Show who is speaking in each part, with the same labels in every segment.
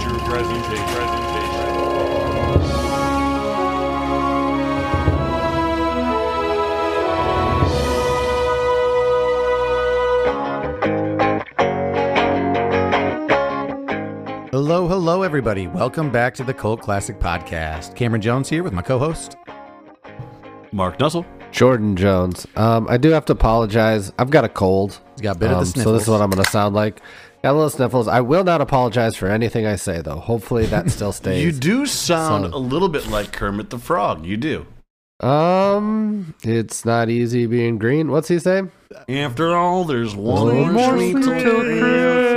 Speaker 1: presentation. presentation.
Speaker 2: Hello, hello, everybody. Welcome back to the Cult Classic Podcast. Cameron Jones here with my co host.
Speaker 1: Mark Nussel.
Speaker 3: Jordan Jones. Um, I do have to apologize. I've got a cold. Um,
Speaker 2: He's got a bit of the
Speaker 3: so this
Speaker 2: sniffles.
Speaker 3: is what I'm going to sound like. Got a little sniffles. I will not apologize for anything I say, though. Hopefully that still
Speaker 4: You
Speaker 3: stays.
Speaker 4: do sound
Speaker 3: So-
Speaker 4: a little bit like Kermit the Frog. You do.
Speaker 3: um, it's not easy being green. What's he say?
Speaker 4: After all, there's one
Speaker 3: One
Speaker 4: more
Speaker 3: more
Speaker 4: sweet
Speaker 3: sweet
Speaker 4: till
Speaker 3: till
Speaker 4: Christmas.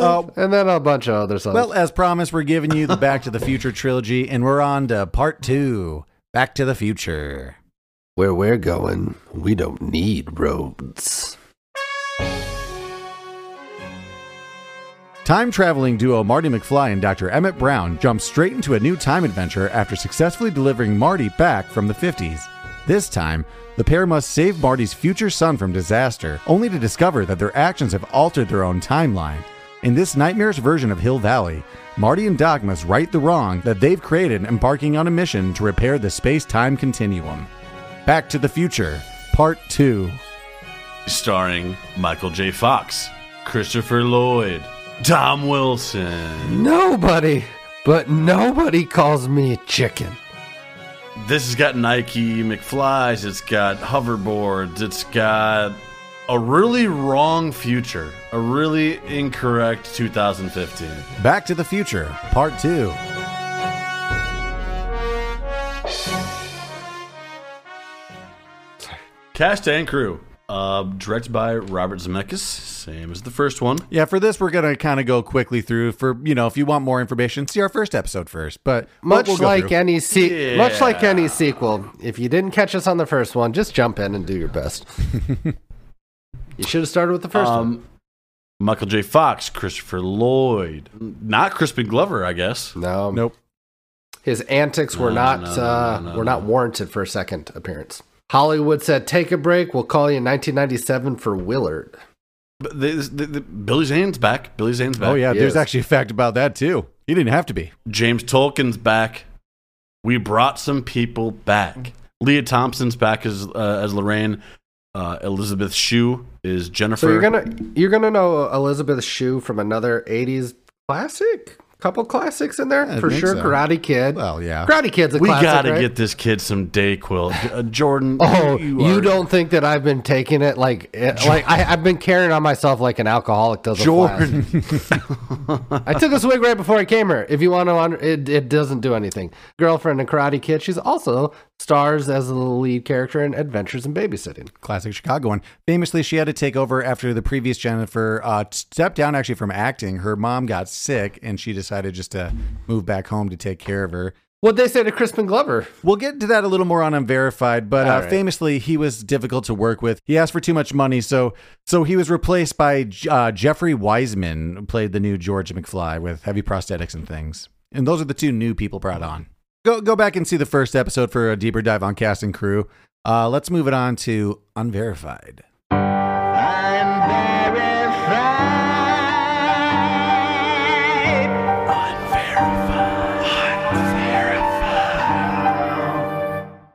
Speaker 2: Uh,
Speaker 3: And then a bunch of other songs.
Speaker 2: well, as promised, we're giving you the Back to the Future trilogy, and we're on to part two Back to the Future.
Speaker 3: where we're going, we don't need roads.
Speaker 2: Time traveling duo Marty McFly and Dr. Emmett Brown jump straight into a new time adventure after successfully delivering Marty back from the 50s. This time, the pair must save Marty's future son from disaster, only to discover that their actions have altered their own timeline. In this nightmarish version of Hill Valley, Marty and Doc must right the wrong that they've created, embarking on a mission to repair the space time continuum. Back to the Future, Part 2.
Speaker 4: Starring Michael J. Fox, Christopher Lloyd, Tom Wilson.
Speaker 3: Nobody, but nobody calls me a chicken.
Speaker 4: This has got Nike McFlies. It's got hoverboards. It's got a really wrong future. A really incorrect 2015.
Speaker 2: Back to the Future, Part 2.
Speaker 4: Cast and crew. Uh, directed by Robert Zemeckis, same as the first one.
Speaker 2: Yeah, for this we're gonna kind of go quickly through. For you know, if you want more information, see our first episode first. But
Speaker 3: Much
Speaker 2: we'll go
Speaker 3: like
Speaker 2: through.
Speaker 3: any se-
Speaker 4: Yeah.
Speaker 3: much like any sequel, if you didn't catch us on the first one, just jump in and do your best. you should have started with the first one.
Speaker 4: Um, Michael J. Fox, Christopher Lloyd, not Crispin Glover, I guess.
Speaker 3: No,
Speaker 2: nope.
Speaker 3: his antics were
Speaker 4: No,
Speaker 3: not
Speaker 4: no, no,
Speaker 3: uh,
Speaker 4: no, no,
Speaker 3: were not
Speaker 4: no.
Speaker 3: warranted for a second appearance. Hollywood said, "Take a break. We'll call you in 1997 for Willard."
Speaker 4: But the, the, the, Billy Zane's back. Billy Zane's back.
Speaker 2: Oh yeah, there's
Speaker 3: Yes.
Speaker 2: actually a fact about that too. He didn't have to be.
Speaker 4: James Tolkien's back. We brought some people back. Leah Thompson's back as uh, as Lorraine. Uh, Elizabeth Shue is Jennifer.
Speaker 3: So you're gonna you're gonna know Elizabeth Shue from another 80s classic, couple classics in there
Speaker 2: Yeah, I
Speaker 3: for
Speaker 2: think
Speaker 3: sure.
Speaker 2: so.
Speaker 3: Karate Kid.
Speaker 2: Well, yeah.
Speaker 3: Karate Kid's a
Speaker 4: we
Speaker 3: classic.
Speaker 4: gotta
Speaker 3: right?
Speaker 4: get this kid some Dayquil. J- Uh, Jordan,
Speaker 3: Oh, you,
Speaker 4: are-
Speaker 3: don't think that I've been taking it like it- like I, I've been carrying on myself like an alcoholic does? a
Speaker 4: Jordan.
Speaker 3: flask. I took a swig right before I came here. If you want to, under, it it doesn't do anything. Girlfriend and Karate Kid. She's also stars as the lead character in Adventures in Babysitting.
Speaker 2: Classic Chicagoan. Famously, she had to take over after the previous Jennifer uh, stepped down actually from acting. Her mom got sick, and she decided just to move back home to take care of her.
Speaker 3: What they say to Crispin Glover?
Speaker 2: We'll get to that a little more on Unverified, but uh,
Speaker 3: All right.
Speaker 2: famously, he was difficult to work with. He asked for too much money, so so he was replaced by J- uh, Jeffrey Wiseman, who played the new George McFly with heavy prosthetics and things. And those are the two new people brought on. Go go back and see the first episode for a deeper dive on cast and crew. Uh, let's move it on to Unverified.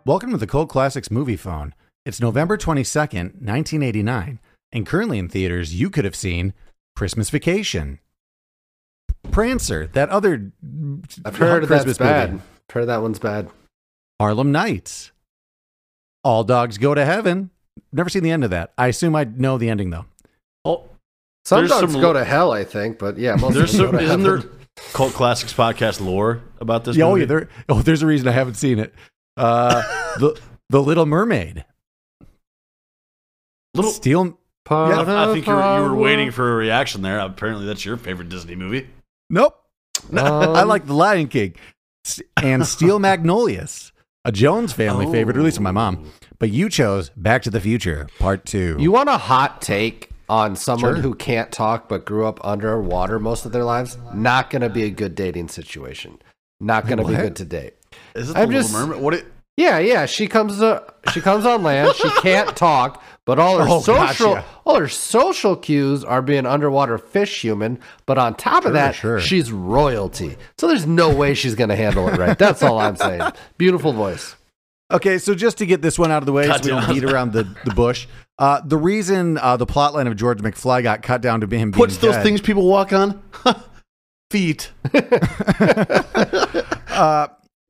Speaker 2: Welcome to the Cold Classics Movie Phone. It's November 22nd, 1989, and currently in theaters you could have seen Christmas Vacation. Prancer, that other
Speaker 3: I've heard
Speaker 2: Christmas
Speaker 3: that's bad.
Speaker 2: movie.
Speaker 3: I've heard that one's bad.
Speaker 2: Harlem Nights. All Dogs Go to Heaven. Never seen the end of that. I assume I know the ending though.
Speaker 4: Oh,
Speaker 3: Some
Speaker 4: There's
Speaker 3: dogs
Speaker 4: some-
Speaker 3: go to hell, I think, but yeah, most
Speaker 4: there's some,
Speaker 3: of them go to
Speaker 4: isn't there
Speaker 3: heaven.
Speaker 4: cult classics podcast lore about this?
Speaker 2: Yeah, oh,
Speaker 4: movie?
Speaker 2: yeah, there, oh, there's a reason I haven't seen it. Uh, the The Little Mermaid.
Speaker 4: Little,
Speaker 2: Steel.
Speaker 3: Part
Speaker 2: Yeah,
Speaker 4: I think you were, you
Speaker 3: of
Speaker 4: were
Speaker 3: our
Speaker 4: waiting for a reaction there. Apparently, that's your favorite Disney movie.
Speaker 2: Nope. I
Speaker 3: Um,
Speaker 2: like The Lion King S- and Steel Magnolias, a Jones family favorite, or at least my
Speaker 4: Oh.
Speaker 2: mom. But you chose Back to the Future Part Two.
Speaker 3: You want a hot take on someone
Speaker 2: Sure.
Speaker 3: who can't talk but grew up underwater most of their lives? Not going to be a good dating situation. Not going to be
Speaker 2: What?
Speaker 3: good to date.
Speaker 4: Is it
Speaker 3: I'm
Speaker 4: the
Speaker 3: just-
Speaker 4: Little Mermaid? What? It,
Speaker 3: Yeah, yeah. She comes. Uh, she comes on land. She can't talk, But all her
Speaker 2: Oh,
Speaker 3: social
Speaker 2: gotcha.
Speaker 3: all her social cues are being underwater fish human. But on top of that,
Speaker 2: sure.
Speaker 3: she's royalty. So there's no way she's gonna handle it right. That's all I'm saying. Beautiful voice.
Speaker 2: Okay, so just to get this one out of the way, so we don't
Speaker 4: Goddamn.
Speaker 2: beat around the, the bush. Uh, the reason uh, the plot line of George McFly got cut down to him being
Speaker 4: What's those
Speaker 2: dead-
Speaker 4: things people walk on? Feet.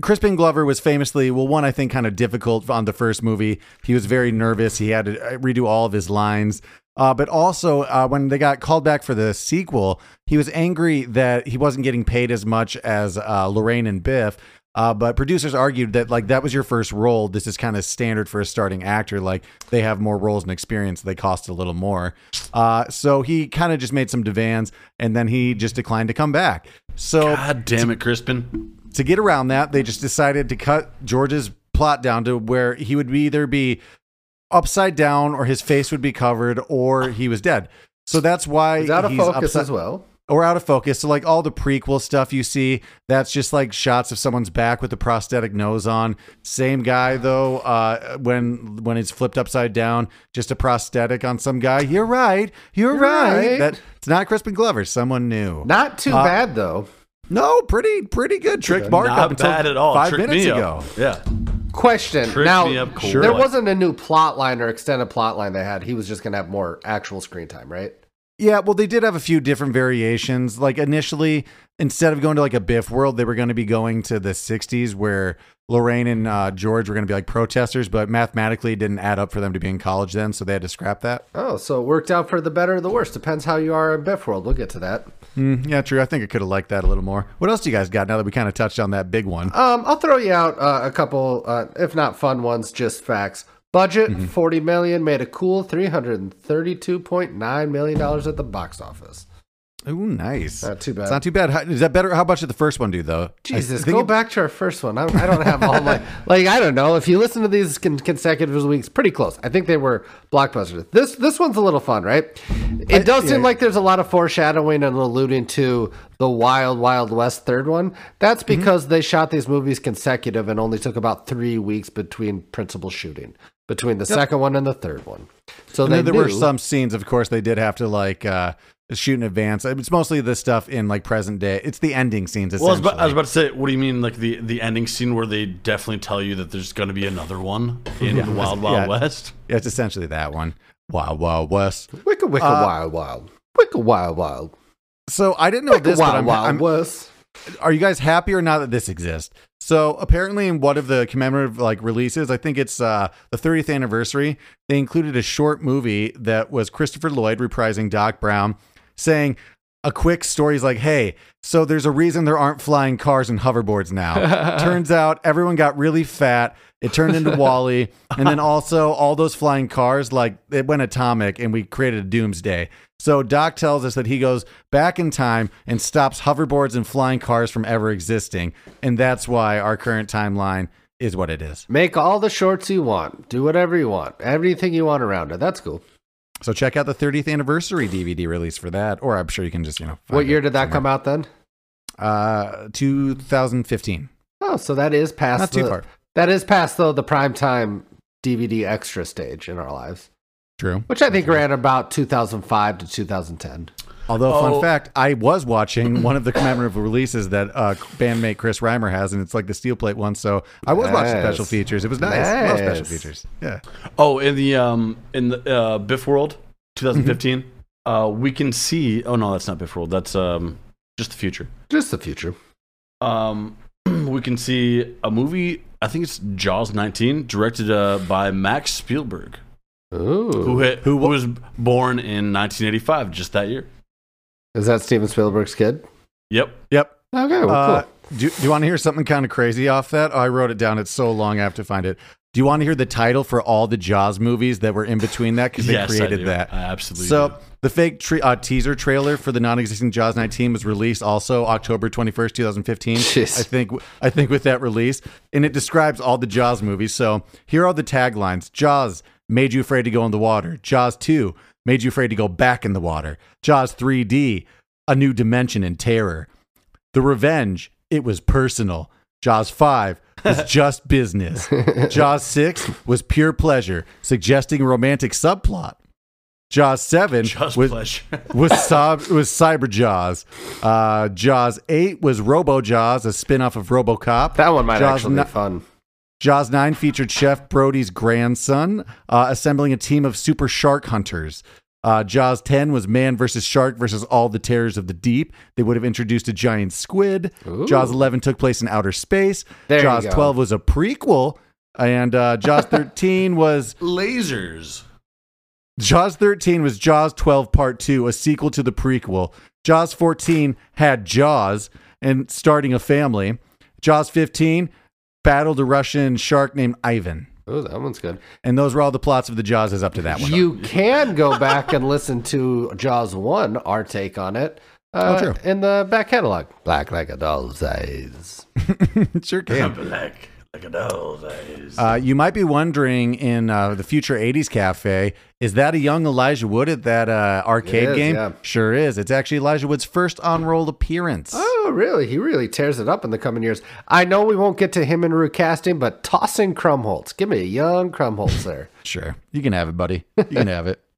Speaker 2: Crispin Glover was famously, well, one, I think, kind of difficult on the first movie. He was very nervous. He had to uh, redo all of his lines. Uh, but also, uh, when they got called back for the sequel, he was angry that he wasn't getting paid as much as uh, Lorraine and Biff. Uh, but producers argued that, like, that was your first role. This is kind of standard for a starting actor. Like, they have more roles and experience. They cost a little more. Uh, so he kind of just made some demands and then he just declined to come back. So
Speaker 4: God damn it, Crispin.
Speaker 2: to get around that, they just decided to cut George's plot down to where he would either be upside down or his face would be covered or he was dead. So that's why
Speaker 3: He's out of
Speaker 2: he's
Speaker 3: focus
Speaker 2: upside-
Speaker 3: as well.
Speaker 2: or out of focus. So like all the prequel stuff you see, that's just like shots of someone's back with a prosthetic nose on. Same guy though, uh, when when it's flipped upside down, just a prosthetic on some guy. You're right. You're,
Speaker 3: You're
Speaker 2: right.
Speaker 3: right.
Speaker 2: That it's not Crispin Glover. Someone new.
Speaker 3: Not too
Speaker 2: Uh,
Speaker 3: bad though.
Speaker 2: no, pretty pretty good trick. Mark up
Speaker 4: Not
Speaker 2: until
Speaker 4: bad at all.
Speaker 2: Five
Speaker 4: Tricked
Speaker 2: minutes
Speaker 4: me
Speaker 2: ago.
Speaker 4: up. Yeah.
Speaker 3: Question.
Speaker 4: Tripped
Speaker 3: now
Speaker 4: me up cool.
Speaker 3: there
Speaker 4: Sure.
Speaker 3: wasn't a new plot line or extended plot line they had. He was just gonna have more actual screen time, right?
Speaker 2: Yeah, well, they did have a few different variations. Like initially, instead of going to like a Biff world, they were going to be going to the '60s, where Lorraine and uh, George were going to be like protesters, but mathematically it didn't add up for them to be in college then, so they had to scrap that.
Speaker 3: Oh, so it worked out for the better or the worse. Depends how you are in Biff World. We'll get to that.
Speaker 4: Mm-hmm.
Speaker 2: Mm, yeah, true. I think I could have liked that a little more. What else do you guys got now that we kind of touched on that big one?
Speaker 3: Um, I'll throw you out uh, a couple, uh, if not fun ones, just facts. Budget 40 million made a cool 332.9 million dollars at the box office.
Speaker 2: Ooh, nice.
Speaker 3: Not too
Speaker 2: It's
Speaker 3: bad.
Speaker 2: not too bad. How, is that better? How much did the first one do though?
Speaker 3: Jesus,
Speaker 2: I think
Speaker 3: go
Speaker 2: it-
Speaker 3: back to our first one. I, I don't have all my like. I don't know if you listen to these con- consecutive weeks, pretty close. I think they were blockbusters. This this one's a little fun, right? It does seem like there's a lot of foreshadowing and alluding to the Wild Wild West third one. That's because they shot these movies consecutive and only took about three weeks between principal shooting between the second one and the third one. So
Speaker 2: And
Speaker 3: they
Speaker 2: then there were
Speaker 3: knew-
Speaker 2: some scenes, of course, they did have to like uh, shoot in advance. It's mostly the stuff in like present day. It's the ending scenes.
Speaker 4: Well, I was,
Speaker 2: Essentially.
Speaker 4: about, I was about to say, what do you mean, like the the ending scene where they definitely tell you that there's going to be another one in the Wild Wild
Speaker 2: Yeah.
Speaker 4: West?
Speaker 2: Yeah, it's essentially that one. Wild Wild West.
Speaker 3: wicka wicka
Speaker 2: uh,
Speaker 3: wild wild wicka wild wild
Speaker 2: So I didn't know
Speaker 3: wicka
Speaker 2: this,
Speaker 3: wild
Speaker 2: but I'm,
Speaker 3: wild
Speaker 2: I'm-
Speaker 3: West.
Speaker 2: are you guys happy or not that this exists? So apparently, in one of the commemorative like releases, I think it's uh, the 30th anniversary. They included a short movie that was Christopher Lloyd reprising Doc Brown, saying a quick story is like, "Hey, so there's a reason there aren't flying cars and hoverboards now. Turns out everyone got really fat. It turned into Wally, and then also all those flying cars like it went atomic, and we created a doomsday." So Doc tells us that he goes back in time and stops hoverboards and flying cars from ever existing, and that's why our current timeline is what it is.
Speaker 3: Make all the shorts you want. Do whatever you want. Everything you want around it. That's cool.
Speaker 2: So check out the 30th anniversary DVD release for that, or I'm sure you can just you know. find
Speaker 3: what year
Speaker 2: it
Speaker 3: did that come out then?
Speaker 2: somewhere. Uh, 2015.
Speaker 3: Oh, so that is past
Speaker 2: Not too
Speaker 3: the-
Speaker 2: far.
Speaker 3: That is past though the prime time DVD extra stage in our lives,
Speaker 2: True.
Speaker 3: which I think ran about 2005 to 2010.
Speaker 2: Although,
Speaker 4: Oh.
Speaker 2: fun fact, I was watching one of the commemorative releases that uh, bandmate Chris Reimer has, and it's like the steel plate one. So I was watching
Speaker 3: Nice.
Speaker 2: special features. It was nice. Love special
Speaker 3: Nice.
Speaker 2: features. Yeah.
Speaker 4: Oh, in the um in the uh, Biff World, 2015, uh, we can see. Oh no, that's not Biff World. That's um just the future.
Speaker 3: Just the future.
Speaker 4: Um, we can see a movie. I think it's Jaws 19, directed uh, by Max Spielberg, who
Speaker 3: Ooh,
Speaker 4: hit, who was born in 1985, just that year.
Speaker 3: is that Steven Spielberg's kid?
Speaker 4: Yep.
Speaker 2: Yep.
Speaker 3: Okay, well,
Speaker 2: Uh,
Speaker 3: cool.
Speaker 2: do, do you want to hear something kind of crazy off that? Oh, I wrote it down. It's so long, I have to find it. Do you want to hear the title for all the Jaws movies that were in between that? Because they
Speaker 4: Yes, I
Speaker 2: created
Speaker 4: do.
Speaker 2: that.
Speaker 4: I absolutely
Speaker 2: So
Speaker 4: do.
Speaker 2: the fake tre- uh, teaser trailer for the non-existing Jaws 19 was released also October 21st, 2015.
Speaker 3: Jeez.
Speaker 2: I think I think with that release, and it describes all the Jaws movies. So here are the taglines: Jaws made you afraid to go in the water. Jaws 2 made you afraid to go back in the water. Jaws 3D, a new dimension in terror. The Revenge, it was personal. Jaws 5, was just business. Jaws 6 was pure pleasure, suggesting romantic subplot. Jaws 7
Speaker 4: Just
Speaker 2: was,
Speaker 4: pleasure.
Speaker 2: was, sob- was Cyber Jaws. Uh, Jaws 8 was Robo Jaws, a spin off of Robocop.
Speaker 3: That one might
Speaker 2: Jaws
Speaker 3: actually
Speaker 2: ni-
Speaker 3: be fun.
Speaker 2: Jaws 9 featured Chef Brody's grandson uh, assembling a team of super shark hunters. Uh, Jaws 10 was man versus shark versus all the terrors of the deep. They would have introduced a giant squid. Jaws 11 took place in outer space.
Speaker 3: There you
Speaker 2: Jaws
Speaker 3: go.
Speaker 2: 12 was a prequel. And uh, Jaws 13 was
Speaker 4: Lasers.
Speaker 2: Jaws 13 was Jaws 12 Part 2, a sequel to the prequel. Jaws 14 had Jaws and starting a family. Jaws 15 battled a Russian shark named Ivan.
Speaker 3: Oh, that one's good.
Speaker 2: And those were all the plots of the Jaws is up to that one.
Speaker 3: You can go back and listen to Jaws 1, our take on it, uh,
Speaker 2: Oh, true.
Speaker 3: in the back catalog. Black like a doll's eyes.
Speaker 2: sure
Speaker 4: Black like a doll's eyes.
Speaker 2: Uh, you might be wondering in uh, the future 80s cafe, is that a young Elijah Wood at that uh, arcade
Speaker 3: It is,
Speaker 2: game?
Speaker 3: yeah.
Speaker 2: Sure is. It's actually Elijah Wood's first on roll appearance.
Speaker 3: Oh, really? He really tears it up in the coming years. I know we won't get to him in recasting, but tossing Crumholtz. Give me a young Crumholtz there.
Speaker 2: Sure. You can have it, buddy. You can have it.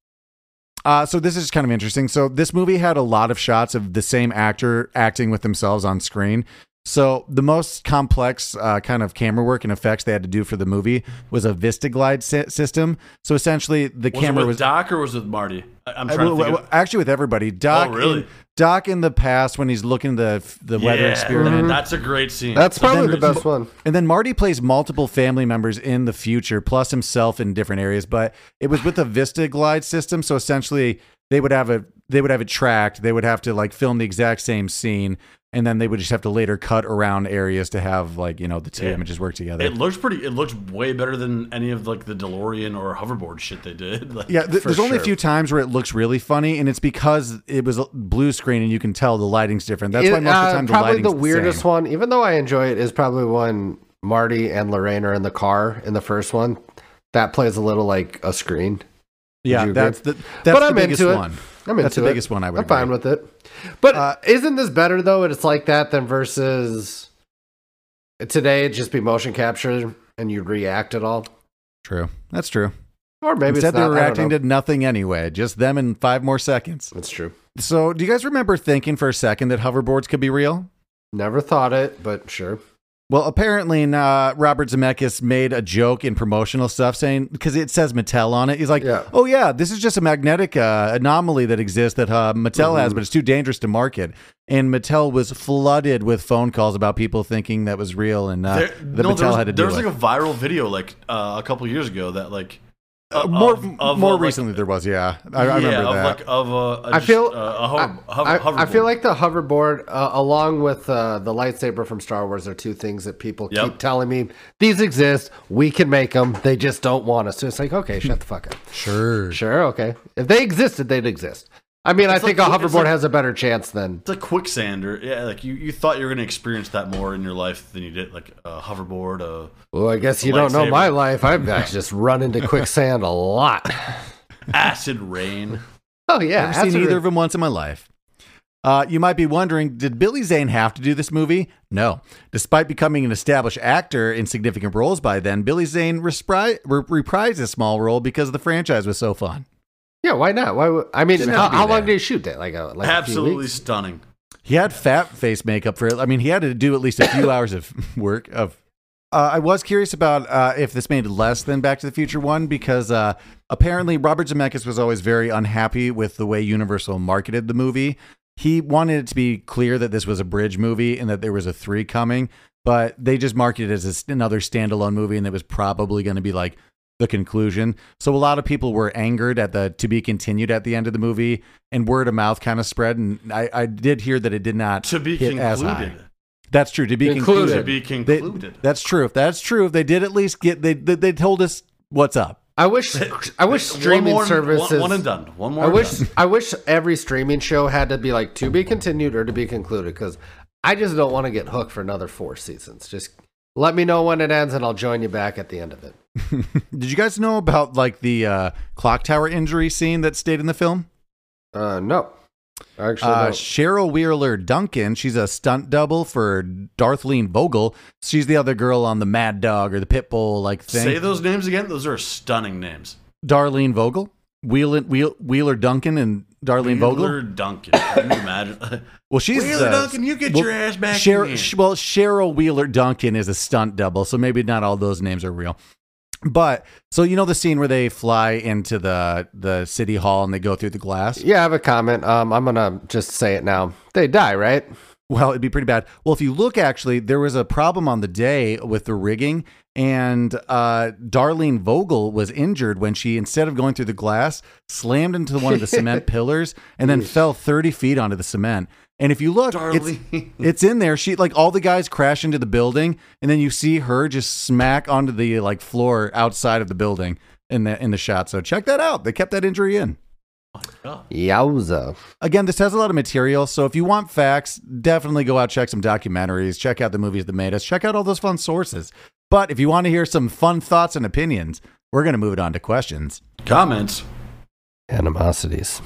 Speaker 2: Uh, so this is kind of interesting. So this movie had a lot of shots of the same actor acting with themselves on screen. So the most complex uh, kind of camera work and effects they had to do for the movie was a VistaGlide sy- system. So essentially, the
Speaker 4: was
Speaker 2: camera
Speaker 4: it with
Speaker 2: was
Speaker 4: Doc or was it with Marty? I, I'm trying
Speaker 2: well,
Speaker 4: to think. Oh,
Speaker 2: well, actually with everybody. Doc,
Speaker 4: really?
Speaker 2: in, Doc in the past when he's looking at the the
Speaker 4: of,
Speaker 2: weather
Speaker 4: Yeah,
Speaker 2: experiment.
Speaker 4: That's a great scene.
Speaker 3: That's
Speaker 4: a
Speaker 3: probably
Speaker 4: great
Speaker 3: the best
Speaker 4: scene.
Speaker 3: one.
Speaker 2: And then Marty plays multiple family members in the future, plus himself in different areas. But it was with a Vista Glide system, so essentially they would have a they would have it tracked. They would have to like film the exact same scene, and then they would just have to later cut around areas to have like you know the two
Speaker 4: Yeah.
Speaker 2: images work together.
Speaker 4: It looks pretty. It looks way better than any of like the DeLorean or hoverboard shit they did. Like,
Speaker 2: yeah, th-
Speaker 4: for
Speaker 2: there's only a
Speaker 4: sure.
Speaker 2: few times where it looks really funny, and it's because it was a blue screen, and you can tell the lighting's different. That's
Speaker 3: It-
Speaker 2: why most of
Speaker 3: uh,
Speaker 2: the time the
Speaker 3: probably
Speaker 2: lighting's
Speaker 3: the weirdest
Speaker 2: same.
Speaker 3: one, even though I enjoy it, is probably when Marty and Lorraine are in the car in the first one. That plays a little like a screen.
Speaker 2: Yeah,
Speaker 3: you agree?
Speaker 2: that's the that's
Speaker 3: but
Speaker 2: the
Speaker 3: I'm
Speaker 2: biggest
Speaker 3: into it.
Speaker 2: one.
Speaker 3: I'm into
Speaker 2: That's the
Speaker 3: it.
Speaker 2: biggest one I would
Speaker 3: I'm fine
Speaker 2: agree.
Speaker 3: with it. But
Speaker 2: Uh,
Speaker 3: isn't this better though? And it's like that than versus today. It'd just be motion capture and you react at all,
Speaker 2: True, that's true.
Speaker 3: or maybe
Speaker 2: Instead,
Speaker 3: it's not,
Speaker 2: they were
Speaker 3: I don't
Speaker 2: acting
Speaker 3: know.
Speaker 2: to nothing anyway, just them in five more seconds.
Speaker 3: That's true.
Speaker 2: So, do you guys remember thinking for a second that hoverboards could be real?
Speaker 3: Never thought it, but sure.
Speaker 2: Well, apparently, uh, Robert Zemeckis made a joke in promotional stuff saying, because it says Mattel on it. He's like,
Speaker 3: Yeah.
Speaker 2: oh, yeah, this is just a magnetic uh, anomaly that exists that uh, Mattel
Speaker 3: Mm-hmm.
Speaker 2: has, but it's too dangerous to market. And Mattel was flooded with phone calls about people thinking that was real and uh,
Speaker 4: There,
Speaker 2: that
Speaker 4: no,
Speaker 2: Mattel
Speaker 4: there was,
Speaker 2: had to
Speaker 4: there
Speaker 2: do
Speaker 4: was
Speaker 2: it.
Speaker 4: like a viral video like uh, a couple years ago that like uh,
Speaker 2: more
Speaker 4: of- of,
Speaker 2: more
Speaker 4: uh, like-
Speaker 2: recently, there was, yeah. I, I
Speaker 4: yeah,
Speaker 2: remember
Speaker 4: of
Speaker 2: that.
Speaker 4: like of a, a
Speaker 3: I
Speaker 4: just,
Speaker 3: feel-
Speaker 4: uh, a hover,
Speaker 3: I,
Speaker 4: hover,
Speaker 3: I- I
Speaker 4: hoverboard.
Speaker 3: feel like the hoverboard, uh, along with uh, the lightsaber from Star Wars, are two things that people
Speaker 4: Yep.
Speaker 3: keep telling me these exist. We can make them. They just don't want us. So it's like, okay, shut the fuck up.
Speaker 2: sure.
Speaker 3: Sure, okay. If they existed, they'd exist. I mean, I
Speaker 4: It's
Speaker 3: think
Speaker 4: like-
Speaker 3: a
Speaker 4: it's
Speaker 3: hoverboard
Speaker 4: like-
Speaker 3: has a better chance than
Speaker 4: it's a quicksand or yeah like you, you thought you were going to experience that more in your life than you did like a hoverboard a
Speaker 3: Well, I guess you don't know
Speaker 4: lightsaber.
Speaker 3: my life. I've actually just run into quicksand a lot.
Speaker 4: acid rain
Speaker 3: Oh yeah,
Speaker 2: I've
Speaker 3: that's
Speaker 2: seen
Speaker 3: a
Speaker 2: either
Speaker 3: re-
Speaker 2: of them once in my life. Uh, you might be wondering, did Billy Zane have to do this movie? No. Despite becoming an established actor in significant roles by then, Billy Zane respri- re- reprised a small role because the franchise was so fun.
Speaker 3: Yeah, why not? Why? Would, I mean,
Speaker 2: Didn't
Speaker 3: how,
Speaker 2: have to be
Speaker 3: how long
Speaker 2: there.
Speaker 3: did you shoot that? Like a like A few
Speaker 4: absolutely
Speaker 3: weeks?
Speaker 4: stunning
Speaker 2: He had fat face makeup for. I mean, he had to do at least a few hours of work. Of, uh, I was curious about uh, if this made less than Back to the Future one because uh, apparently Robert Zemeckis was always very unhappy with the way Universal marketed the movie. He wanted it to be clear that this was a bridge movie and that there was a three coming, but they just marketed it as a s- another standalone movie, and it was probably going to be like the conclusion. So a lot of people were angered at the to be continued at the end of the movie, and word of mouth kind of spread. And I, I did hear that it did not
Speaker 4: to be
Speaker 2: hit as high.
Speaker 4: concluded
Speaker 2: That's true. To be
Speaker 3: Concluded.
Speaker 2: concluded.
Speaker 4: to be
Speaker 2: They-
Speaker 4: concluded
Speaker 2: that's true. If that's true, if they did at least get they they, they told us what's up.
Speaker 3: I wish. I wish streaming
Speaker 4: one more,
Speaker 3: services.
Speaker 4: one, one and done one more
Speaker 3: I
Speaker 4: and
Speaker 3: wish.
Speaker 4: done.
Speaker 3: I wish every streaming show had to be like to be continued or to be concluded because I just don't want to get hooked for another four seasons. Just let me know when it ends and I'll join you back at the end of it.
Speaker 2: Did you guys know about like the uh, clock tower injury scene that stayed in the film?
Speaker 3: Uh, no. I actually
Speaker 2: Uh,
Speaker 3: don't.
Speaker 2: Cheryl Wheeler Duncan, she's a stunt double for Darthleen Vogel. She's the other girl on the Mad Dog or the Pitbull like thing.
Speaker 4: Say those names again. Those are stunning names.
Speaker 2: Darlene Vogel, Wheeler, Wheel- Wheeler Duncan, and Darlene Vogel.
Speaker 4: Wheeler Duncan. Can you imagine?
Speaker 2: Well, she's
Speaker 4: Wheeler
Speaker 2: uh,
Speaker 4: Duncan, you get
Speaker 2: well,
Speaker 4: your ass back
Speaker 2: Cheryl,
Speaker 4: in here.
Speaker 2: sh- Well, Cheryl Wheeler Duncan is a stunt double, so maybe not all those names are real. But so you know the scene where they fly into the the city hall and they go through the glass.
Speaker 3: Yeah, I have a comment. Um, I'm gonna just say it now. They die, right?
Speaker 2: Well, it'd be pretty bad. Well, if you look, actually, there was a problem on the day with the rigging, and uh, Darlene Vogel was injured when she, instead of going through the glass, slammed into one of the cement pillars and then fell 30 feet onto the cement. And if you look, it's,
Speaker 4: Darlene.
Speaker 2: it's in there. She like all the guys crash into the building, and then you see her just smack onto the like floor outside of the building in the in the shot. So check that out. They kept that injury in.
Speaker 4: Oh,
Speaker 3: Yowza.
Speaker 2: Again, this has a lot of material, so if you want facts, definitely go out, check some documentaries, check out the movies that made us, check out all those fun sources. But if you want to hear some fun thoughts and opinions, we're going to move it on to questions.
Speaker 4: Comments.
Speaker 3: Animosities.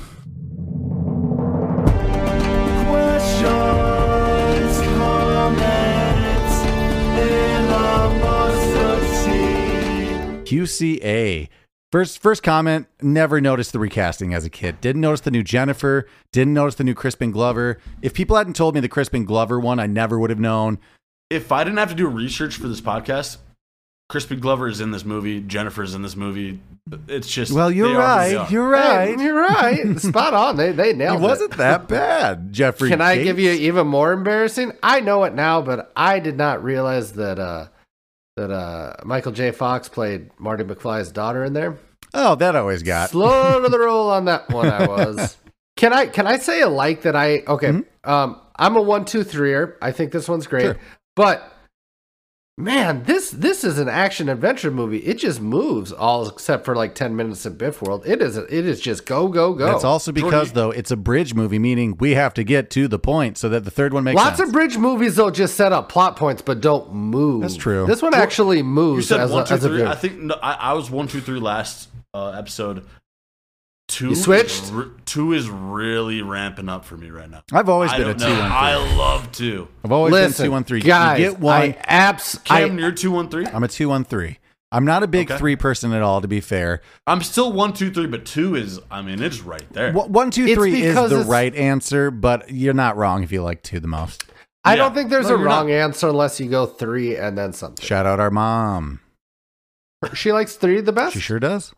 Speaker 2: QCA. First, first comment, never noticed the recasting as a kid. Didn't notice the new Jennifer, didn't notice the new Crispin Glover. If people hadn't told me the Crispin Glover one, I never would have known.
Speaker 4: If I didn't have to do research for this podcast, Crispin Glover is in this movie. Jennifer's in this movie. It's just
Speaker 2: Well, you're
Speaker 4: they are who they
Speaker 2: right.
Speaker 4: are.
Speaker 2: You're
Speaker 3: Right,
Speaker 2: right.
Speaker 3: you're right. Spot on. They they
Speaker 2: He
Speaker 3: nailed it.
Speaker 2: wasn't that bad, Jeffrey.
Speaker 3: Can I
Speaker 2: Gates.
Speaker 3: give you even more embarrassing? I know it now, but I did not realize that uh that uh Michael J. Fox played Marty McFly's daughter in there.
Speaker 2: Oh, that always got.
Speaker 3: Slow to the roll on that one. I was. can I can I say a like that I okay? Um, I'm a one two threer. I think this one's great,
Speaker 2: Mm-hmm. Sure.
Speaker 3: but man, this this is an action adventure movie. It just moves all except for like ten minutes in Biff World. It is it is just go go go.
Speaker 2: That's also because
Speaker 4: Jordy.
Speaker 2: though it's a bridge movie, meaning we have to get to the point so that the third one makes
Speaker 3: Lots
Speaker 2: sense.
Speaker 3: of bridge movies though just set up plot points but don't move.
Speaker 2: That's true.
Speaker 3: This one
Speaker 4: Well,
Speaker 3: actually
Speaker 4: You
Speaker 3: moves
Speaker 4: said
Speaker 3: as,
Speaker 4: one,
Speaker 3: a,
Speaker 4: two,
Speaker 3: as a
Speaker 4: three.
Speaker 3: bridge.
Speaker 4: I think no, I, I was one, two, three last uh, episode. Two
Speaker 3: You
Speaker 4: is
Speaker 3: switched?
Speaker 4: re- two is really ramping up for me right now.
Speaker 2: I've always
Speaker 4: I
Speaker 2: been a
Speaker 4: don't
Speaker 2: two
Speaker 4: know.
Speaker 2: one three.
Speaker 4: I love two.
Speaker 2: I've always
Speaker 3: Listen,
Speaker 2: been two one three.
Speaker 3: guys,
Speaker 2: you get one.
Speaker 3: I abs.
Speaker 4: Cam,
Speaker 3: I,
Speaker 4: you're two one three.
Speaker 2: I, am a two one three. I'm not a big
Speaker 4: Okay.
Speaker 2: three person at all, to be fair.
Speaker 4: I'm still one, two, three, but two is. I mean, it's right there.
Speaker 2: Wh- One, two,
Speaker 3: It's
Speaker 2: three is
Speaker 3: because
Speaker 2: the
Speaker 3: it's-
Speaker 2: right answer, but you're not wrong if you like two the most.
Speaker 3: I
Speaker 4: Yeah.
Speaker 3: don't think there's
Speaker 4: No,
Speaker 3: a
Speaker 4: you're
Speaker 3: wrong
Speaker 4: not.
Speaker 3: answer unless you go three and then something.
Speaker 2: Shout out our mom.
Speaker 3: She likes three the best.
Speaker 2: She sure does.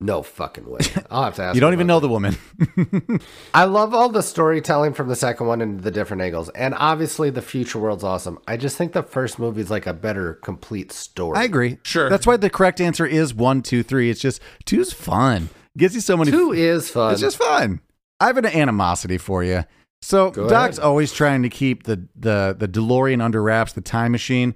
Speaker 3: No fucking way. I'll have to ask.
Speaker 2: You don't
Speaker 3: her
Speaker 2: even
Speaker 3: about
Speaker 2: know the woman.
Speaker 3: that. I love all the storytelling from the second one and the different angles, and obviously the future world's awesome. I just think the first movie is like a better complete story.
Speaker 2: I agree.
Speaker 4: Sure.
Speaker 2: That's why the correct answer is one, two, three. It's just two's fun. Gives you so many
Speaker 3: Two is fun.
Speaker 2: It's just fun. I have an animosity for you. So
Speaker 3: Go
Speaker 2: Doc's
Speaker 3: ahead.
Speaker 2: always trying to keep the the the DeLorean under wraps, the time machine.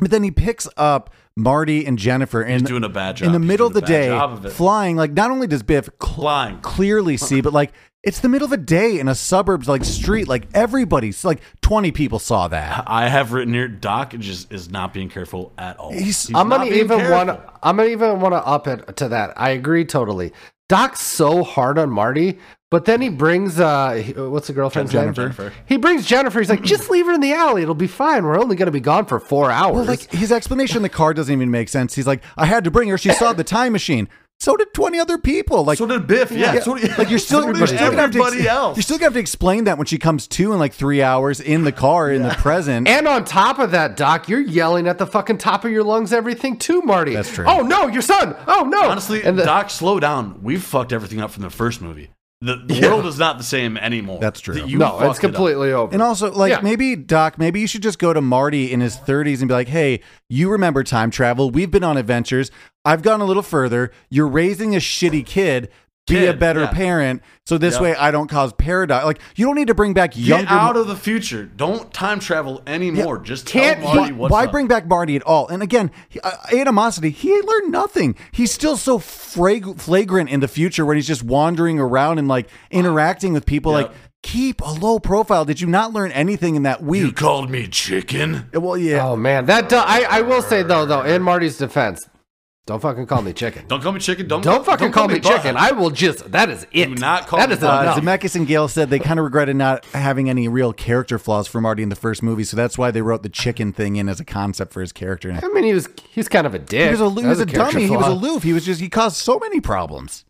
Speaker 2: But then he picks up Marty and Jennifer in
Speaker 4: He's doing a bad job.
Speaker 2: in the
Speaker 4: He's
Speaker 2: middle of
Speaker 4: doing
Speaker 2: the
Speaker 4: a bad
Speaker 2: day,
Speaker 4: job of it.
Speaker 2: flying. Like not only does Biff cl-
Speaker 4: Flying.
Speaker 2: clearly see, but like it's the middle of the day in a suburbs like street. Like everybody's like twenty people saw that.
Speaker 4: I have written here. Doc just is not being careful at all.
Speaker 2: He's-
Speaker 3: I'm gonna
Speaker 4: not being
Speaker 3: even
Speaker 4: careful.
Speaker 3: want. I'm gonna even want to up it to that. I agree totally. Doc's so hard on Marty, but then he brings uh, he- what's the girlfriend's name?
Speaker 4: Jennifer. Jennifer.
Speaker 3: He brings Jennifer. He's like, just leave her in the alley. It'll be fine. We're only gonna be gone for four hours.
Speaker 2: Well, like his explanation in the car doesn't even make sense. He's like, I had to bring her. She saw the time machine. So did twenty other people. Like
Speaker 4: so did Biff. Yeah. so did,
Speaker 2: like you're still,
Speaker 4: so did
Speaker 2: you're still gonna have to ex-
Speaker 4: everybody else.
Speaker 2: You're still gonna have to explain that when she comes to in like three hours in the car in the present.
Speaker 3: And on top of that, Doc, you're yelling at the fucking top of your lungs, everything too, Marty.
Speaker 2: That's true.
Speaker 3: Oh no, your son. Oh no.
Speaker 4: Honestly,
Speaker 3: and the,
Speaker 4: Doc, slow down. We've fucked everything up from the first movie. The, the world is not the same anymore.
Speaker 2: That's true.
Speaker 4: The- you
Speaker 3: no,
Speaker 4: fucked
Speaker 3: it's
Speaker 4: it up.
Speaker 3: completely over.
Speaker 2: And also, like
Speaker 3: Yeah.
Speaker 2: maybe Doc, maybe you should just go to Marty in his 30s and be like, "Hey, you remember time travel? We've been on adventures. I've gone a little further. You're raising a shitty kid." Be a
Speaker 4: Kid,
Speaker 2: better
Speaker 4: yeah.
Speaker 2: parent, so this
Speaker 4: Yep.
Speaker 2: way I don't cause paradox. Like you don't need to bring back
Speaker 4: Get
Speaker 2: younger.
Speaker 4: out of the future. Don't time travel anymore. Just
Speaker 3: Can't
Speaker 4: tell Marty
Speaker 2: why,
Speaker 4: what's
Speaker 2: why
Speaker 4: up.
Speaker 2: bring back Marty at all? And again, he- uh, animosity. He ain't learned nothing. He's still so frag- flagrant in the future when he's just wandering around and like interacting with people.
Speaker 4: Yep.
Speaker 2: Like, keep a low profile. Did you not learn anything in that
Speaker 4: You
Speaker 2: week?
Speaker 4: called me chicken.
Speaker 2: well, yeah.
Speaker 3: oh man, that do- I I will say though though in Marty's defense, Don't fucking call me chicken.
Speaker 4: Don't call me chicken. Don't
Speaker 3: Don't fucking call, me chicken.
Speaker 4: butt.
Speaker 3: I will just. That is it.
Speaker 4: Do not call
Speaker 3: That
Speaker 4: me
Speaker 3: is
Speaker 4: butt.
Speaker 3: enough.
Speaker 2: Uh, Zemeckis and Gale said they kind of regretted not having any real character flaws for Marty in the first movie, so that's why they wrote the chicken thing in as a concept for his character.
Speaker 3: I mean, he was he's kind of a dick.
Speaker 2: He was a, he
Speaker 3: That
Speaker 2: was a
Speaker 3: character
Speaker 2: dummy. He was
Speaker 3: flaw.
Speaker 2: aloof. He was just he caused so many problems.